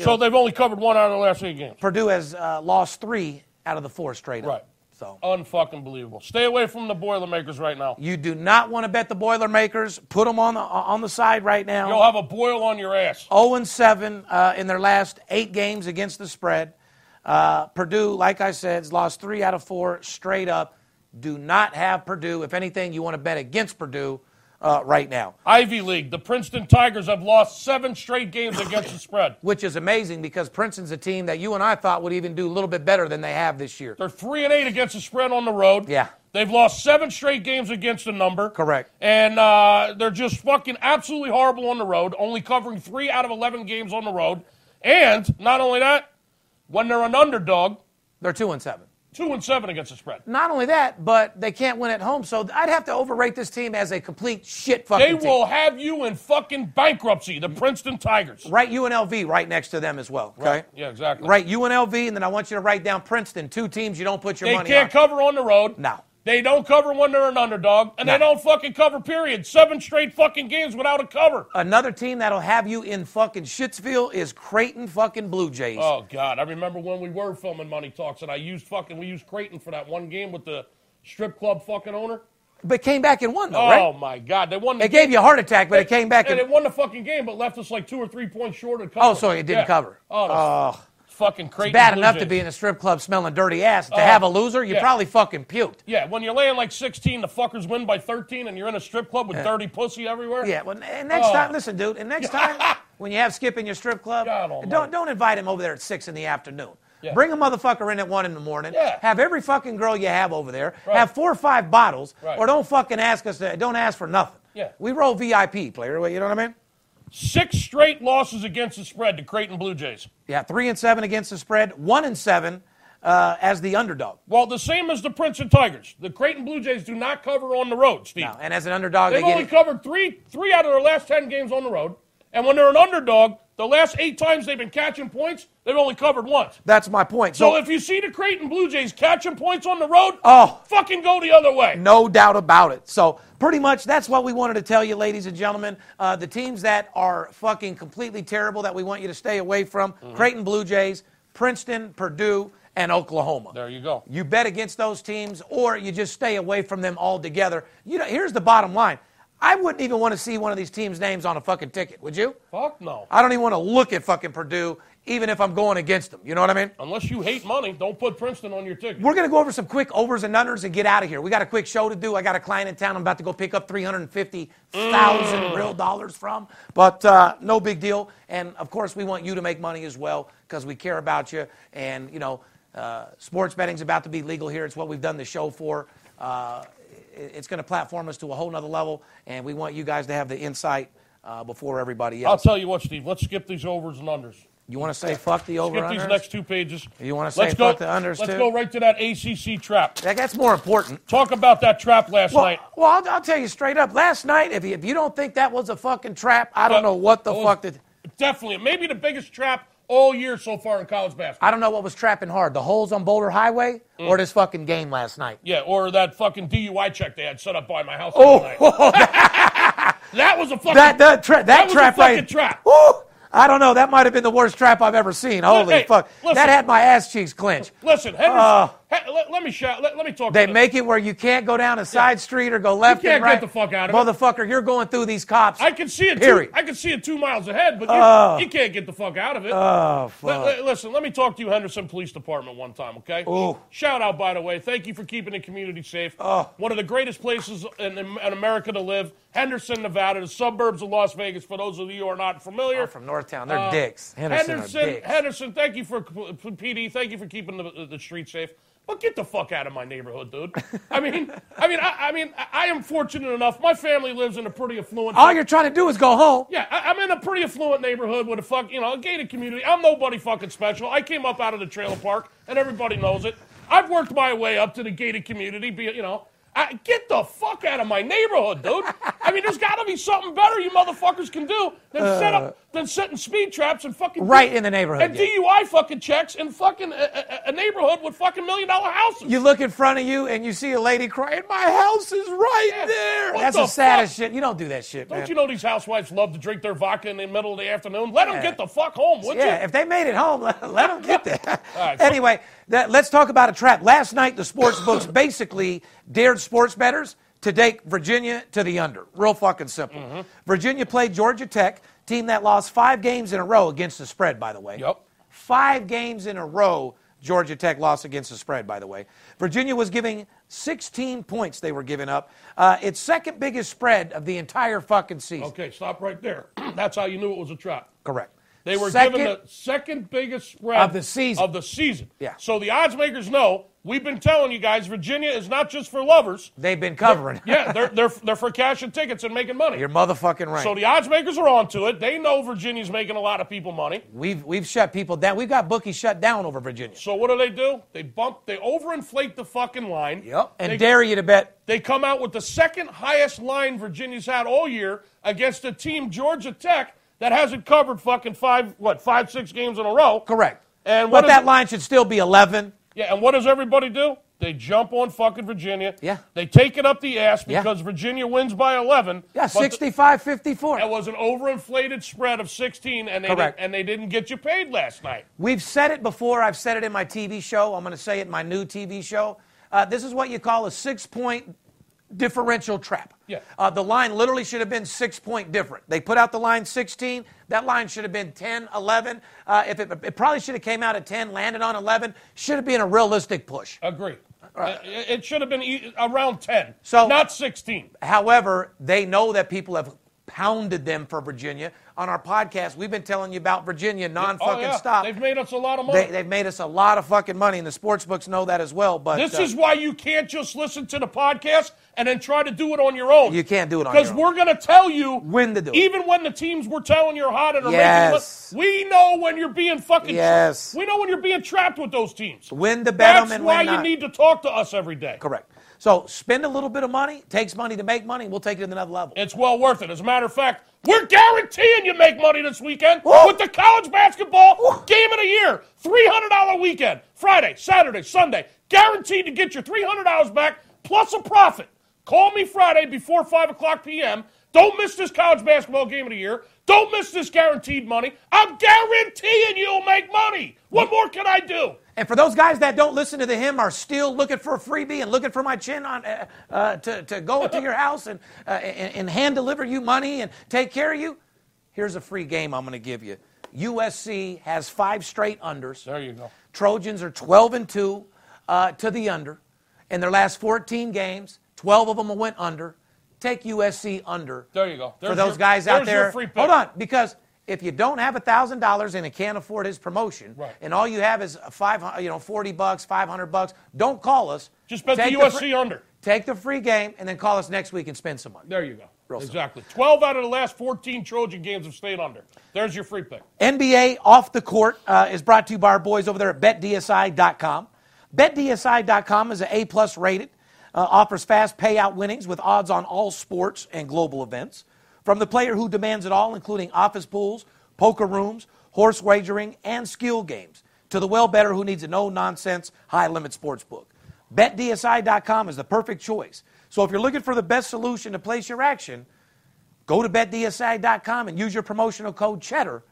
[SPEAKER 4] Mm-hmm. So
[SPEAKER 3] know,
[SPEAKER 4] they've only covered one out of the last eight games.
[SPEAKER 3] Purdue has uh, lost three out of the four straight up.
[SPEAKER 4] Right.
[SPEAKER 3] So
[SPEAKER 4] Unfucking believable. Stay away from the Boilermakers right now.
[SPEAKER 3] you do not want to bet the Boilermakers. Put them on the on the side right now.
[SPEAKER 4] You'll have a boil on your ass.
[SPEAKER 3] 0 and 7 uh, in their last eight games against the spread. Uh, Purdue, like I said, has lost three out of four straight up. Do not have Purdue. If anything, you want to bet against Purdue uh, right now,
[SPEAKER 4] Ivy League, the Princeton Tigers have lost seven straight games against the spread.
[SPEAKER 3] which is amazing because Princeton's a team that you and I thought would even do a little bit better than they have this year.
[SPEAKER 4] They're three and eight against the spread on the road.
[SPEAKER 3] Yeah.
[SPEAKER 4] They've lost seven straight games against the number.
[SPEAKER 3] Correct.
[SPEAKER 4] And uh, they're just fucking absolutely horrible on the road, only covering three out of 11 games on the road. And not only that, when they're an underdog,
[SPEAKER 3] They're 2 and 7.
[SPEAKER 4] two and seven against the spread.
[SPEAKER 3] Not only that, but they can't win at home, so I'd have to overrate this team as a complete shit fucking
[SPEAKER 4] They
[SPEAKER 3] team.
[SPEAKER 4] will have you in fucking bankruptcy, the Princeton Tigers.
[SPEAKER 3] Write UNLV right next to them as well. Okay.
[SPEAKER 4] Yeah, exactly.
[SPEAKER 3] Write UNLV, and then I want you to write down Princeton, two teams you don't put your
[SPEAKER 4] They
[SPEAKER 3] money
[SPEAKER 4] can't
[SPEAKER 3] on.
[SPEAKER 4] cover on the road.
[SPEAKER 3] No.
[SPEAKER 4] They don't cover when they're an underdog, and they
[SPEAKER 3] No.
[SPEAKER 4] don't fucking cover, period. Seven straight fucking games without a cover.
[SPEAKER 3] Another team that'll have you in fucking Shitsville is Creighton fucking Blue Jays.
[SPEAKER 4] Oh God, I remember when we were filming Money Talks, and I used fucking we used Creighton for that one game with the strip club fucking owner.
[SPEAKER 3] But came back and won though,
[SPEAKER 4] Oh
[SPEAKER 3] right?
[SPEAKER 4] my God, they won. The
[SPEAKER 3] It gave you a heart attack, but it came back
[SPEAKER 4] and
[SPEAKER 3] and,
[SPEAKER 4] it won the fucking game, but left us like two or three points short of cover.
[SPEAKER 3] oh, so it didn't
[SPEAKER 4] Yeah.
[SPEAKER 3] cover.
[SPEAKER 4] Oh, that's fucking Creighton.
[SPEAKER 3] Bad
[SPEAKER 4] Blue
[SPEAKER 3] enough to
[SPEAKER 4] Jays.
[SPEAKER 3] be in a strip club smelling dirty ass. To have a loser, you
[SPEAKER 4] Oh, yeah.
[SPEAKER 3] probably fucking puked.
[SPEAKER 4] Yeah, when you're laying like 16, the fuckers win by 13, and you're in a strip club with dirty pussy everywhere.
[SPEAKER 3] Yeah, well, and next
[SPEAKER 4] Oh.
[SPEAKER 3] time, listen, dude, and next time when you have Skip in your strip club,
[SPEAKER 4] God almighty.
[SPEAKER 3] don't, don't invite him over there at 6 in the afternoon.
[SPEAKER 4] Yeah.
[SPEAKER 3] Bring a motherfucker in at 1 in the morning.
[SPEAKER 4] Yeah.
[SPEAKER 3] Have every fucking girl you have over there.
[SPEAKER 4] Right.
[SPEAKER 3] Have four or five bottles,
[SPEAKER 4] Right.
[SPEAKER 3] or don't fucking ask us to, don't ask for nothing.
[SPEAKER 4] Yeah.
[SPEAKER 3] We roll VIP, player, you know what I mean?
[SPEAKER 4] Six straight losses against the spread to Creighton Blue Jays.
[SPEAKER 3] Yeah, 3 and 7 against the spread, 1 and 7 uh, as the underdog.
[SPEAKER 4] Well, the same as the Princeton Tigers. The Creighton Blue Jays do not cover on the road, Steve.
[SPEAKER 3] Now, and as an underdog,
[SPEAKER 4] They've
[SPEAKER 3] they
[SPEAKER 4] only
[SPEAKER 3] get.
[SPEAKER 4] covered three three out of their last ten games on the road. And when they're an underdog, the last eight times they've been catching points, they've only covered once.
[SPEAKER 3] that's my point.
[SPEAKER 4] So if you see the Creighton Blue Jays catching points on the road, uh,
[SPEAKER 3] Oh.
[SPEAKER 4] fucking go the other way.
[SPEAKER 3] No doubt about it. So, pretty much that's what we wanted to tell you, ladies and gentlemen. Uh, the teams that are fucking completely terrible that we want you to stay away from Creighton Blue Jays, Princeton, Purdue, and Oklahoma.
[SPEAKER 4] There you go.
[SPEAKER 3] You bet against those teams, or you just stay away from them altogether. You know, here's the bottom line I wouldn't even want to see one of these teams' names on a fucking ticket, would you?
[SPEAKER 4] Fuck no.
[SPEAKER 3] I don't even want to look at fucking Purdue, even if I'm going against them. You know what I mean?
[SPEAKER 4] Unless you hate money, don't put Princeton on your ticket.
[SPEAKER 3] We're going to go over some quick overs and unders and get out of here. We got a quick show to do. I got a client in town I'm about to go pick up 350,000
[SPEAKER 4] Mm.
[SPEAKER 3] real dollars from, but uh, no big deal. And of course, we want you to make money as well because we care about you. And, you know, uh, sports betting's about to be legal here. It's what we've done the show for. Uh, it- it's going to platform us to a whole nother level, and we want you guys to have the insight uh, before everybody
[SPEAKER 4] I'll
[SPEAKER 3] else.
[SPEAKER 4] tell you what, Steve. Let's skip these overs and unders.
[SPEAKER 3] you want to say fuck the over
[SPEAKER 4] Skip these
[SPEAKER 3] unders?
[SPEAKER 4] next two pages.
[SPEAKER 3] You wanna
[SPEAKER 4] Let's
[SPEAKER 3] say
[SPEAKER 4] go-
[SPEAKER 3] fuck the unders,
[SPEAKER 4] Let's
[SPEAKER 3] too?
[SPEAKER 4] go right to that ACC trap.
[SPEAKER 3] That, that's more important.
[SPEAKER 4] Talk about that trap last night.
[SPEAKER 3] Well, I'll, I'll tell you straight up. Last night, if you, if you don't think that was a fucking trap, I don't know what the
[SPEAKER 4] That was
[SPEAKER 3] fuck did.
[SPEAKER 4] Definitely, maybe the biggest trap all year so far in college basketball.
[SPEAKER 3] I don't know what was trapping hard. The holes on Boulder Highway
[SPEAKER 4] Mm.
[SPEAKER 3] or this fucking game last night.
[SPEAKER 4] Yeah, or that fucking DUI check they had set up by my house.
[SPEAKER 3] Oh,
[SPEAKER 4] the other night. that was a fucking
[SPEAKER 3] That that tra- that,
[SPEAKER 4] was a
[SPEAKER 3] trap
[SPEAKER 4] fucking
[SPEAKER 3] right-
[SPEAKER 4] trap.
[SPEAKER 3] Woo! I don't know. That might have been the worst trap I've ever seen. Holy
[SPEAKER 4] hey,
[SPEAKER 3] fuck!
[SPEAKER 4] listen.
[SPEAKER 3] That had my ass cheeks clenched.
[SPEAKER 4] Listen, Henderson,
[SPEAKER 3] Uh,
[SPEAKER 4] he- let, let me shout. Let, let me talk.
[SPEAKER 3] They
[SPEAKER 4] to-
[SPEAKER 3] make it where you can't go down a side street or go left
[SPEAKER 4] can't
[SPEAKER 3] and right.
[SPEAKER 4] get the fuck out of it.
[SPEAKER 3] Motherfucker, you're going through these cops.
[SPEAKER 4] I can see it. Two,
[SPEAKER 3] Period. Uh.
[SPEAKER 4] I can see it two miles ahead, but you, you can't get the fuck out of it.
[SPEAKER 3] oh fuck!
[SPEAKER 4] Let- let- listen, let me talk to you, Henderson Police Department, one time, okay?
[SPEAKER 3] Ooh. Uh.
[SPEAKER 4] Shout out, by the way. Thank you for keeping the community safe. One of the greatest places in, in America to live, Henderson, Nevada, the suburbs of Las Vegas. For those of you who are not familiar,
[SPEAKER 3] I'm from Northtown. They're dicks. Henderson,
[SPEAKER 4] Uh, Henderson,
[SPEAKER 3] are dicks.
[SPEAKER 4] Henderson, thank you for for PD. Thank you for keeping the, the street safe. But get the fuck out of my neighborhood, dude. I mean, I mean, I, I mean, I- I am fortunate enough. My family lives in a pretty affluent.
[SPEAKER 3] All you're trying to do is go home.
[SPEAKER 4] yeah, I, I'm in a pretty affluent neighborhood with a fuck, you know, a gated community. I'm nobody fucking special. I came up out of the trailer park, and everybody knows it. I've worked my way up to the gated community, be you know. I, get the fuck out of my neighborhood, dude. I mean, there's got to be something better you motherfuckers can do than set up than setting speed traps and fucking
[SPEAKER 3] Uh. Right in the neighborhood,
[SPEAKER 4] and
[SPEAKER 3] yeah.
[SPEAKER 4] DUI fucking checks in fucking a, a- a neighborhood with fucking million dollar houses.
[SPEAKER 3] You look in front of you and you see a lady crying, "My house is right
[SPEAKER 4] Yeah.
[SPEAKER 3] there."
[SPEAKER 4] What
[SPEAKER 3] That's
[SPEAKER 4] the
[SPEAKER 3] the saddest
[SPEAKER 4] fuck?
[SPEAKER 3] shit. You don't do that shit,
[SPEAKER 4] Don't
[SPEAKER 3] man.
[SPEAKER 4] you know these housewives love to drink their vodka in the middle of the afternoon? Let them
[SPEAKER 3] Yeah.
[SPEAKER 4] get the fuck home, would
[SPEAKER 3] yeah,
[SPEAKER 4] you?
[SPEAKER 3] if they made it home, let, let them get there.
[SPEAKER 4] right, so-
[SPEAKER 3] anyway, that, let's talk about a trap. Last night, the sports books basically dared sports bettors to take Virginia to the under. Real fucking simple.
[SPEAKER 4] Mm-hmm.
[SPEAKER 3] Virginia played Georgia Tech, team that lost five games in a row against the spread, by the way.
[SPEAKER 4] Yep.
[SPEAKER 3] Five games in a row, Georgia Tech lost against the spread, by the way. Virginia was giving 16 points they were giving up. Uh, it's second biggest spread of the entire fucking season.
[SPEAKER 4] Okay, stop right there. That's how you knew it was a trap.
[SPEAKER 3] Correct.
[SPEAKER 4] They were
[SPEAKER 3] second,
[SPEAKER 4] given the second biggest spread
[SPEAKER 3] Of the season.
[SPEAKER 4] Of the season.
[SPEAKER 3] Yeah.
[SPEAKER 4] So the odds makers know we've been telling you guys Virginia is not just for lovers.
[SPEAKER 3] They've been covering.
[SPEAKER 4] Yeah, they're they're they're for cash and tickets and making money.
[SPEAKER 3] You're motherfucking right.
[SPEAKER 4] So the odds makers are onto it. They know Virginia's making a lot of people money.
[SPEAKER 3] we've we've shut people down. We've got bookies shut down over Virginia.
[SPEAKER 4] So what do they do? They bump, they overinflate the fucking line.
[SPEAKER 3] And
[SPEAKER 4] they,
[SPEAKER 3] dare you to bet.
[SPEAKER 4] they come out with the second highest line Virginia's had all year against a team Georgia Tech that hasn't covered fucking five what five six games in a row.
[SPEAKER 3] Correct.
[SPEAKER 4] And what
[SPEAKER 3] but
[SPEAKER 4] is
[SPEAKER 3] that
[SPEAKER 4] it-
[SPEAKER 3] line should still be 11.
[SPEAKER 4] Yeah, and what does everybody do? They jump on fucking Virginia.
[SPEAKER 3] Yeah.
[SPEAKER 4] They take it up the ass
[SPEAKER 3] Yeah.
[SPEAKER 4] because Virginia wins by 11.
[SPEAKER 3] Yeah,
[SPEAKER 4] but th-
[SPEAKER 3] 65 54.
[SPEAKER 4] that was an overinflated spread of 16, and they,
[SPEAKER 3] Correct.
[SPEAKER 4] Didn't, and they didn't get you paid last night.
[SPEAKER 3] We've said it before. I've said it in my TV show. I'm going to say it in my new TV show. Uh, this is what you call a six point differential trap.
[SPEAKER 4] Yeah.
[SPEAKER 3] Uh, the line literally should have been six point different. They put out the line 16. That line should have been 10, 11. Uh, if it, it probably should have came out at 10, landed on 11. Should have been a realistic push.
[SPEAKER 4] Agree. Uh, it it should have been e- around 10,
[SPEAKER 3] So-
[SPEAKER 4] not 16.
[SPEAKER 3] However, they know that people have pounded them for Virginia. On our podcast, we've been telling you about Virginia non
[SPEAKER 4] Oh,
[SPEAKER 3] fucking
[SPEAKER 4] yeah.
[SPEAKER 3] stop.
[SPEAKER 4] They've made us a lot of money.
[SPEAKER 3] They, they've made us a lot of fucking money, and the sports books know that as well. But
[SPEAKER 4] this
[SPEAKER 3] uh,
[SPEAKER 4] is why you can't just listen to the podcast and then try to do it on your own.
[SPEAKER 3] You can't do it on
[SPEAKER 4] Because
[SPEAKER 3] your own.
[SPEAKER 4] we're going to tell you
[SPEAKER 3] When to do it.
[SPEAKER 4] Even when the teams we're telling you're hot and are
[SPEAKER 3] Yes.
[SPEAKER 4] making it, we know when you're being fucking.
[SPEAKER 3] Yes.
[SPEAKER 4] We know when you're being trapped with those teams.
[SPEAKER 3] When to bet
[SPEAKER 4] That's
[SPEAKER 3] 'em and
[SPEAKER 4] why
[SPEAKER 3] when
[SPEAKER 4] you
[SPEAKER 3] not.
[SPEAKER 4] need to talk to us every day.
[SPEAKER 3] correct. So spend a little bit of money. Takes money to make money. We'll take it to another level.
[SPEAKER 4] It's well worth it. As a matter of fact, we're guaranteeing you make money this weekend
[SPEAKER 3] Woo!
[SPEAKER 4] with the college basketball game of the year. $300 weekend, Friday, Saturday, Sunday. Guaranteed to get your $300 back plus a profit. Call me Friday before 5 o'clock p.m. Don't miss this college basketball game of the year. Don't miss this guaranteed money. I'm guaranteeing you'll make money. What more can I do?
[SPEAKER 3] And for those guys that don't listen to the hymn, are still looking for a freebie and looking for my chin on uh, uh, to, to go to your house and, uh, and and hand deliver you money and take care of you. Here's a free game I'm going to give you. USC has five straight unders.
[SPEAKER 4] There you go.
[SPEAKER 3] Trojans are 12 and two uh, to the under. In their last 14 games, 12 of them went under. Take USC under
[SPEAKER 4] There you go.
[SPEAKER 3] for
[SPEAKER 4] There's
[SPEAKER 3] those
[SPEAKER 4] your-
[SPEAKER 3] guys out
[SPEAKER 4] there's your
[SPEAKER 3] there.
[SPEAKER 4] free pick.
[SPEAKER 3] Hold on, because if you don't have thousand dollars and you can't afford his promotion,
[SPEAKER 4] Right.
[SPEAKER 3] and all you have is five, you know, forty bucks, five hundred bucks, don't call us.
[SPEAKER 4] Just bet the
[SPEAKER 3] Take
[SPEAKER 4] USC
[SPEAKER 3] free-
[SPEAKER 4] under.
[SPEAKER 3] Take the free game and then call us next week and spend some money.
[SPEAKER 4] There you go.
[SPEAKER 3] Real simple.
[SPEAKER 4] exactly. 12 out of the last 14 Trojan games have stayed under. There's your free pick.
[SPEAKER 3] NBA Off the Court uh, is brought to you by our boys over there at betdsi.com. BetDSI.com is an A plus rated, uh, offers fast payout winnings with odds on all sports and global events. From the player who demands it all, including office pools, poker rooms, horse wagering, and skill games, to the well better who needs a no nonsense, high limit sports book. BetDSI.com is the perfect choice. So if you're looking for the best solution to place your action, go to betdsi.com and use your promotional code CHEDDAR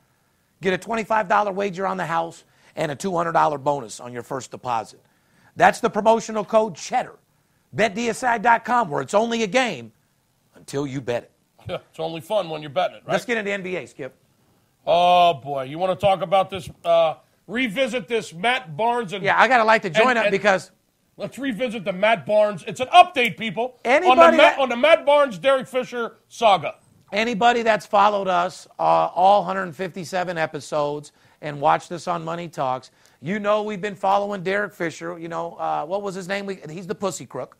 [SPEAKER 3] Get a $25 wager on the house and a $200 bonus on your first deposit. That's the promotional code CHEDDAR. BetDSI.com, where it's only a game until you bet it.
[SPEAKER 4] it's only fun when you're betting it, right?
[SPEAKER 3] Let's get into NBA, Skip.
[SPEAKER 4] Oh boy, you want to talk about this? Uh, revisit this Matt Barnes and
[SPEAKER 3] Yeah, I got to like to join
[SPEAKER 4] And-
[SPEAKER 3] up
[SPEAKER 4] and-
[SPEAKER 3] because
[SPEAKER 4] let's revisit the Matt Barnes. It's an update, people. on
[SPEAKER 3] Anybody
[SPEAKER 4] the,
[SPEAKER 3] that-
[SPEAKER 4] Matt, on the Matt Barnes Derek Fisher saga.
[SPEAKER 3] anybody that's followed us, uh, all 157 episodes, and watched us on Money Talks, you know we've been following Derek Fisher. You know, uh, what was his name? We, he's the pussy crook.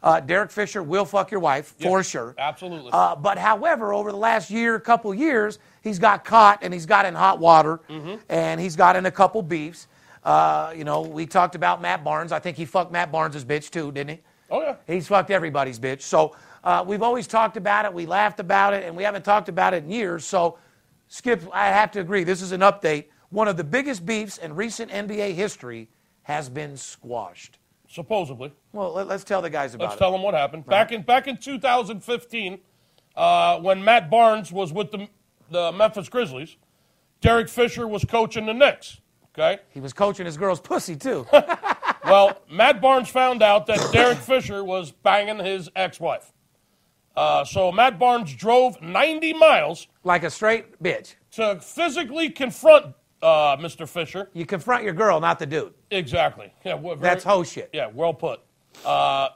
[SPEAKER 3] Uh, Derek Fisher will fuck your wife, for sure.
[SPEAKER 4] Absolutely.
[SPEAKER 3] Uh, but however, over the last year, couple years, he's got caught and he's got in hot water and he's got in a couple beefs. Uh, you know, we talked about Matt Barnes. I think he fucked Matt Barnes' bitch too, didn't he?
[SPEAKER 4] Oh, yeah.
[SPEAKER 3] He's fucked everybody's bitch. So uh, we've always talked about it. We laughed about it, and we haven't talked about it in years. So, Skip, I have to agree. This is an update. One of the biggest beefs in recent NBA history has been squashed.
[SPEAKER 4] Supposedly.
[SPEAKER 3] Well, let, us tell the guys about
[SPEAKER 4] Let's
[SPEAKER 3] it.
[SPEAKER 4] tell them what happened. Back in back in 2015, uh, when Matt Barnes was with the the Memphis Grizzlies, Derek Fisher was coaching the Knicks. Okay.
[SPEAKER 3] He was coaching his girl's pussy too.
[SPEAKER 4] Well, Matt Barnes found out that Derek Fisher was banging his ex-wife. Uh, so Matt Barnes drove 90 miles
[SPEAKER 3] like a straight bitch.
[SPEAKER 4] to physically confront uh, Mr. Fisher.
[SPEAKER 3] You confront your girl, not the dude.
[SPEAKER 4] Exactly. Yeah. wha- very-
[SPEAKER 3] That's hoe shit.
[SPEAKER 4] Yeah. Well put. Uh,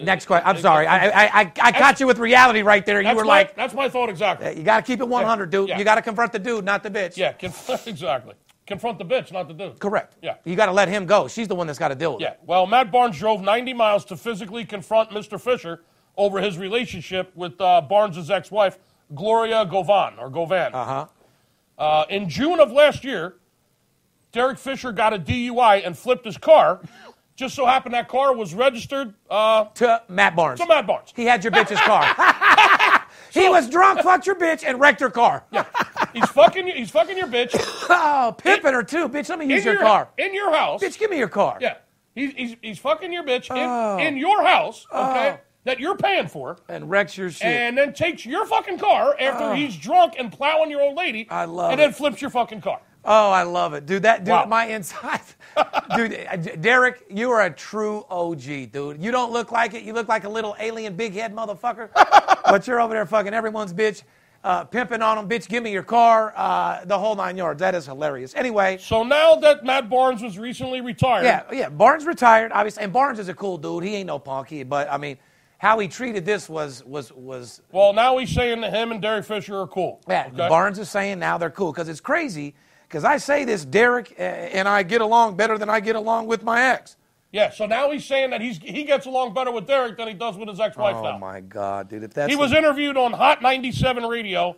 [SPEAKER 3] Next question. I'm sorry. I, I, I, I caught you with reality right there. You
[SPEAKER 4] that's
[SPEAKER 3] were
[SPEAKER 4] my-
[SPEAKER 3] like,
[SPEAKER 4] that's my thought exactly.
[SPEAKER 3] you got to keep it 100, dude.
[SPEAKER 4] yeah.
[SPEAKER 3] You got to confront the dude, not the bitch.
[SPEAKER 4] Yeah, conf- exactly. Confront the bitch, not the dude.
[SPEAKER 3] Correct.
[SPEAKER 4] Yeah.
[SPEAKER 3] You got to let him go. She's the one that's got to deal with
[SPEAKER 4] Yeah.
[SPEAKER 3] it.
[SPEAKER 4] Well, Matt Barnes drove 90 miles to physically confront Mr. Fisher over his relationship with uh, Barnes' ex-wife, Gloria Govan or Govan. Uh-huh. in June of last year, Derek Fisher got a DUI and flipped his car. Just so happened that car was registered uh,
[SPEAKER 3] To Matt Barnes.
[SPEAKER 4] to Matt Barnes.
[SPEAKER 3] He had your bitch's car. he was drunk, fucked your bitch, and wrecked her car.
[SPEAKER 4] He's fucking. He's fucking your bitch.
[SPEAKER 3] Oh, pimping her too. Bitch, let me use your, car.
[SPEAKER 4] In your house.
[SPEAKER 3] bitch, give me your car.
[SPEAKER 4] Yeah. He's, he's, he's fucking your bitch in,
[SPEAKER 3] Oh.
[SPEAKER 4] in your house, okay, that you're paying for,
[SPEAKER 3] And wrecks your shit.
[SPEAKER 4] and then takes your fucking car after he's drunk and plowing your old lady.
[SPEAKER 3] I love
[SPEAKER 4] And then
[SPEAKER 3] it.
[SPEAKER 4] flips your fucking car.
[SPEAKER 3] Oh, I love it, dude. That dude,
[SPEAKER 4] Wow.
[SPEAKER 3] my inside, dude. uh, D- Derek, you are a true OG, dude. You don't look like it. You look like a little alien big head motherfucker, but you're over there fucking everyone's bitch, uh, pimping on them, bitch. Give me your car, uh, the whole nine yards. That is hilarious. Anyway,
[SPEAKER 4] So now that Matt Barnes was recently retired,
[SPEAKER 3] yeah, yeah. Barnes retired, obviously, and Barnes is a cool dude. He ain't no punky, but I mean, how he treated this was was was
[SPEAKER 4] well, now he's saying that him and Derek Fisher are cool.
[SPEAKER 3] Yeah,
[SPEAKER 4] okay?
[SPEAKER 3] Barnes is saying now they're cool because it's crazy. Because I say this, Derek, uh, and I get along better than I get along with my ex.
[SPEAKER 4] Yeah, so now he's saying that he's, he gets along better with Derek than he does with his ex wife now.
[SPEAKER 3] Oh my God, dude! If that's
[SPEAKER 4] He was interviewed on Hot 97 Radio,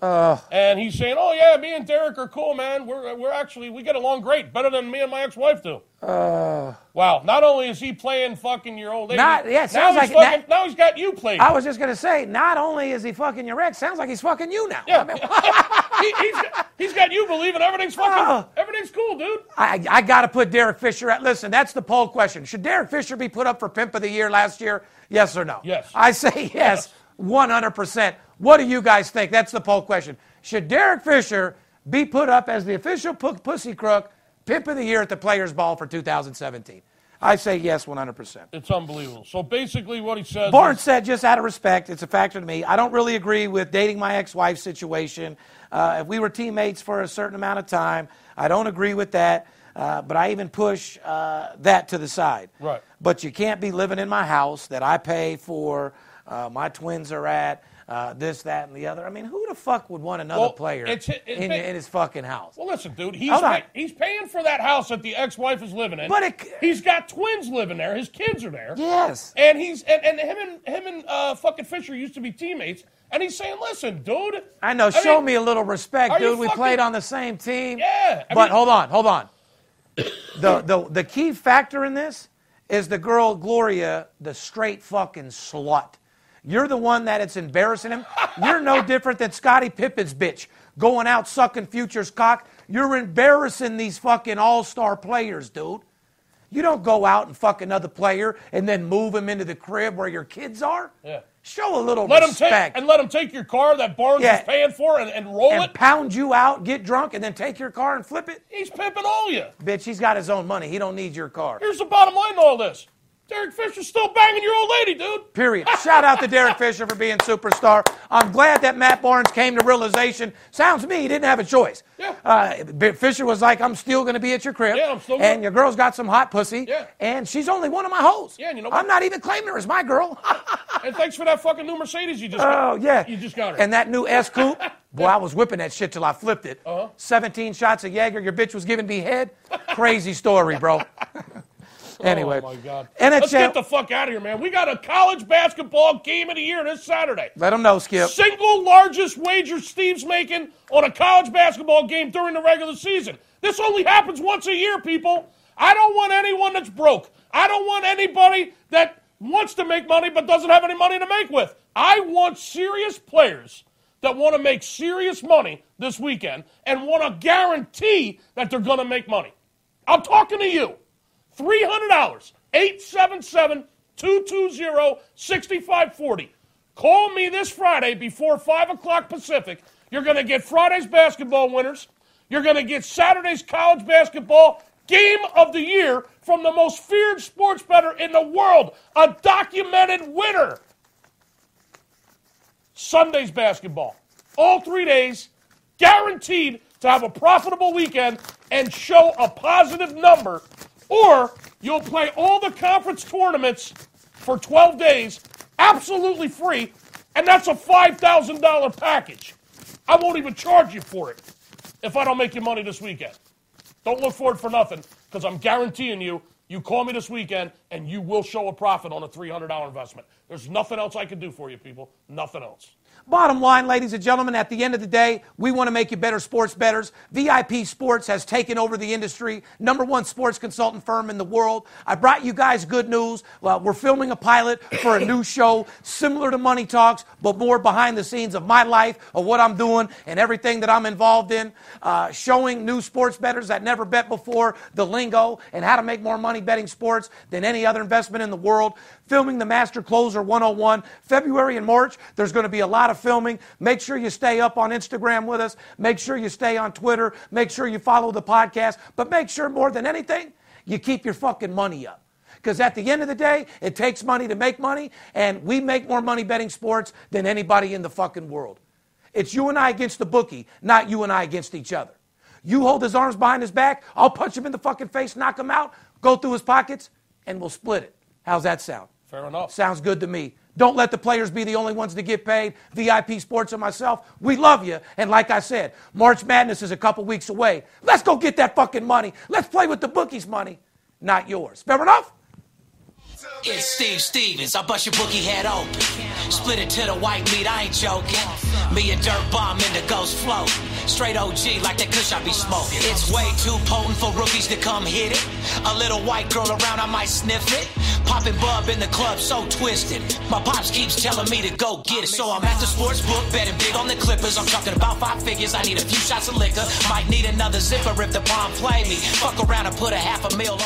[SPEAKER 4] and he's saying, "Oh yeah, me and Derek are cool, man. We're we're actually we get along great, better than me and my ex-wife do." wow! Not only is he playing fucking your old lady,
[SPEAKER 3] Not- yeah, it
[SPEAKER 4] now
[SPEAKER 3] sounds like
[SPEAKER 4] he's
[SPEAKER 3] it.
[SPEAKER 4] fucking, now he's got you played.
[SPEAKER 3] I was just gonna say, not only is he fucking your ex, sounds like he's fucking you now. I, mean,
[SPEAKER 4] he, he's, he's got you believing everything's fucking
[SPEAKER 3] Oh.
[SPEAKER 4] everything's cool, dude.
[SPEAKER 3] I, I gotta put Derek Fisher at. Listen, that's the poll question. Should Derek Fisher be put up for Pimp of the Year last year? Yes or no?
[SPEAKER 4] Yes.
[SPEAKER 3] I say yes, one hundred percent. What do you guys think? That's the poll question. Should Derek Fisher be put up as the official p- pussy crook Pimp of the Year at the Players Ball for 2017? I say yes, one hundred percent.
[SPEAKER 4] It's unbelievable. So basically, what he says,
[SPEAKER 3] Barnes
[SPEAKER 4] is,
[SPEAKER 3] said, just out of respect, it's a factor to me. I don't really agree with dating my ex wife situation. Uh, if we were teammates for a certain amount of time, I don't agree with that. Uh, but I even push uh, that to the side.
[SPEAKER 4] Right.
[SPEAKER 3] But you can't be living in my house that I pay for. Uh, my twins are at uh, this, that, and the other. I mean, who the fuck would want another
[SPEAKER 4] Well,
[SPEAKER 3] player
[SPEAKER 4] it's- it's
[SPEAKER 3] in,
[SPEAKER 4] big-
[SPEAKER 3] in his fucking house?
[SPEAKER 4] well, listen, dude, he's
[SPEAKER 3] Hold on.
[SPEAKER 4] pay- he's paying for that house that the ex-wife is living in.
[SPEAKER 3] But it-
[SPEAKER 4] he's got twins living there. His kids are there.
[SPEAKER 3] yes.
[SPEAKER 4] And he's and, and him and him and uh, fucking Fisher used to be teammates. And he's saying, "Listen, dude,
[SPEAKER 3] I know. show
[SPEAKER 4] mean,
[SPEAKER 3] me a little respect,
[SPEAKER 4] are you
[SPEAKER 3] dude. We
[SPEAKER 4] fucking-
[SPEAKER 3] played on the same team.
[SPEAKER 4] Yeah, I
[SPEAKER 3] but
[SPEAKER 4] mean-
[SPEAKER 3] hold on, hold on. the, the the key factor in this is the girl Gloria, the straight fucking slut. You're the one that it's embarrassing him. You're no different than Scottie Pippen's bitch going out sucking Future's cock. You're embarrassing these fucking all-star players, dude. You don't go out and fuck another player and then move him into the crib where your kids are.
[SPEAKER 4] Yeah.
[SPEAKER 3] Show a little
[SPEAKER 4] let him
[SPEAKER 3] respect
[SPEAKER 4] take and let him take your car that Barnes
[SPEAKER 3] Yeah.
[SPEAKER 4] is paying for and, and roll
[SPEAKER 3] and
[SPEAKER 4] it.
[SPEAKER 3] pound you out, get drunk, and then take your car and flip it?
[SPEAKER 4] he's pimping all you.
[SPEAKER 3] Bitch, he's got his own money. He don't need your car.
[SPEAKER 4] Here's the bottom line to all this: Derek Fisher's still banging your old lady, dude.
[SPEAKER 3] Period. Shout out to Derek Fisher for being superstar. I'm glad that Matt Barnes came to realization. Sounds to me he didn't have a choice.
[SPEAKER 4] Yeah.
[SPEAKER 3] Uh, B- Fisher was like, I'm still going to be at your crib.
[SPEAKER 4] Yeah, I'm still gonna-
[SPEAKER 3] And your girl's got some hot pussy.
[SPEAKER 4] Yeah.
[SPEAKER 3] And she's only one of my hoes.
[SPEAKER 4] Yeah, and you know what?
[SPEAKER 3] I'm not even claiming her as my girl.
[SPEAKER 4] And thanks for that fucking new Mercedes you just.
[SPEAKER 3] Oh
[SPEAKER 4] got.
[SPEAKER 3] yeah,
[SPEAKER 4] you just got her.
[SPEAKER 3] And that new S coupe, boy, I was whipping that shit till I flipped it. Uh-huh. Seventeen shots of Jaeger. Your bitch was giving me head. Crazy story, bro. anyway,
[SPEAKER 4] Oh my God.
[SPEAKER 3] NHL.
[SPEAKER 4] Let's get the fuck out of here, man. We got a college basketball game of the year this Saturday.
[SPEAKER 3] Let them know, Skip.
[SPEAKER 4] Single largest wager Steve's making on a college basketball game during the regular season. This only happens once a year, people. I don't want anyone that's broke. I don't want anybody that wants to make money but doesn't have any money to make with. I want serious players that want to make serious money this weekend and want to guarantee that they're going to make money. I'm talking to you. $300, 877 220 6540. Call me this Friday before 5 o'clock Pacific. You're going to get Friday's basketball winners. You're going to get Saturday's college basketball game of the year from the most feared sports bettor in the world, a documented winner. Sunday's basketball. All three days, guaranteed to have a profitable weekend and show a positive number, or you'll play all the conference tournaments for 12 days absolutely free, and that's a $5,000 package. I won't even charge you for it if I don't make you money this weekend. Don't look for it for nothing because I'm guaranteeing you, you call me this weekend and you will show a profit on a $300 investment. There's nothing else I can do for you, people. Nothing else.
[SPEAKER 3] Bottom line, ladies and gentlemen, at the end of the day, we want to make you better sports betters. VIP Sports has taken over the industry, number one sports consultant firm in the world. I brought you guys good news. Well, we're filming a pilot for a new show similar to Money Talks, but more behind the scenes of my life, of what I'm doing, and everything that I'm involved in, uh, showing new sports betters that never bet before the lingo and how to make more money betting sports than any other investment in the world. Filming the Master Closer 101 February and March. There's going to be a lot of filming. Make sure you stay up on Instagram with us. Make sure you stay on Twitter. Make sure you follow the podcast. But make sure more than anything, you keep your fucking money up. Because at the end of the day, it takes money to make money, and we make more money betting sports than anybody in the fucking world. It's you and I against the bookie, not you and I against each other. You hold his arms behind his back, I'll punch him in the fucking face, knock him out, go through his pockets, and we'll split it. How's that sound?
[SPEAKER 4] Fair enough.
[SPEAKER 3] Sounds good to me. Don't let the players be the only ones to get paid. VIP Sports and myself, we love you. And like I said, March Madness is a couple weeks away. Let's go get that fucking money. Let's play with the bookies' money, not yours. Fair enough?
[SPEAKER 6] It's Steve Stevens. I bust your bookie head open. Split it to the white meat, I ain't joking. Me and Dirt Bomb in the ghost float. Straight OG like that kush I be smoking. It's way too potent for rookies to come hit it. A little white girl around, I might sniff it. Popping bub in the club, so twisted. My pops keeps telling me to go get it. So I'm at the sports book, betting big on the Clippers. I'm talking about five figures. I need a few shots of liquor. Might need another zipper if the bomb play me. Fuck around and put a half a meal on.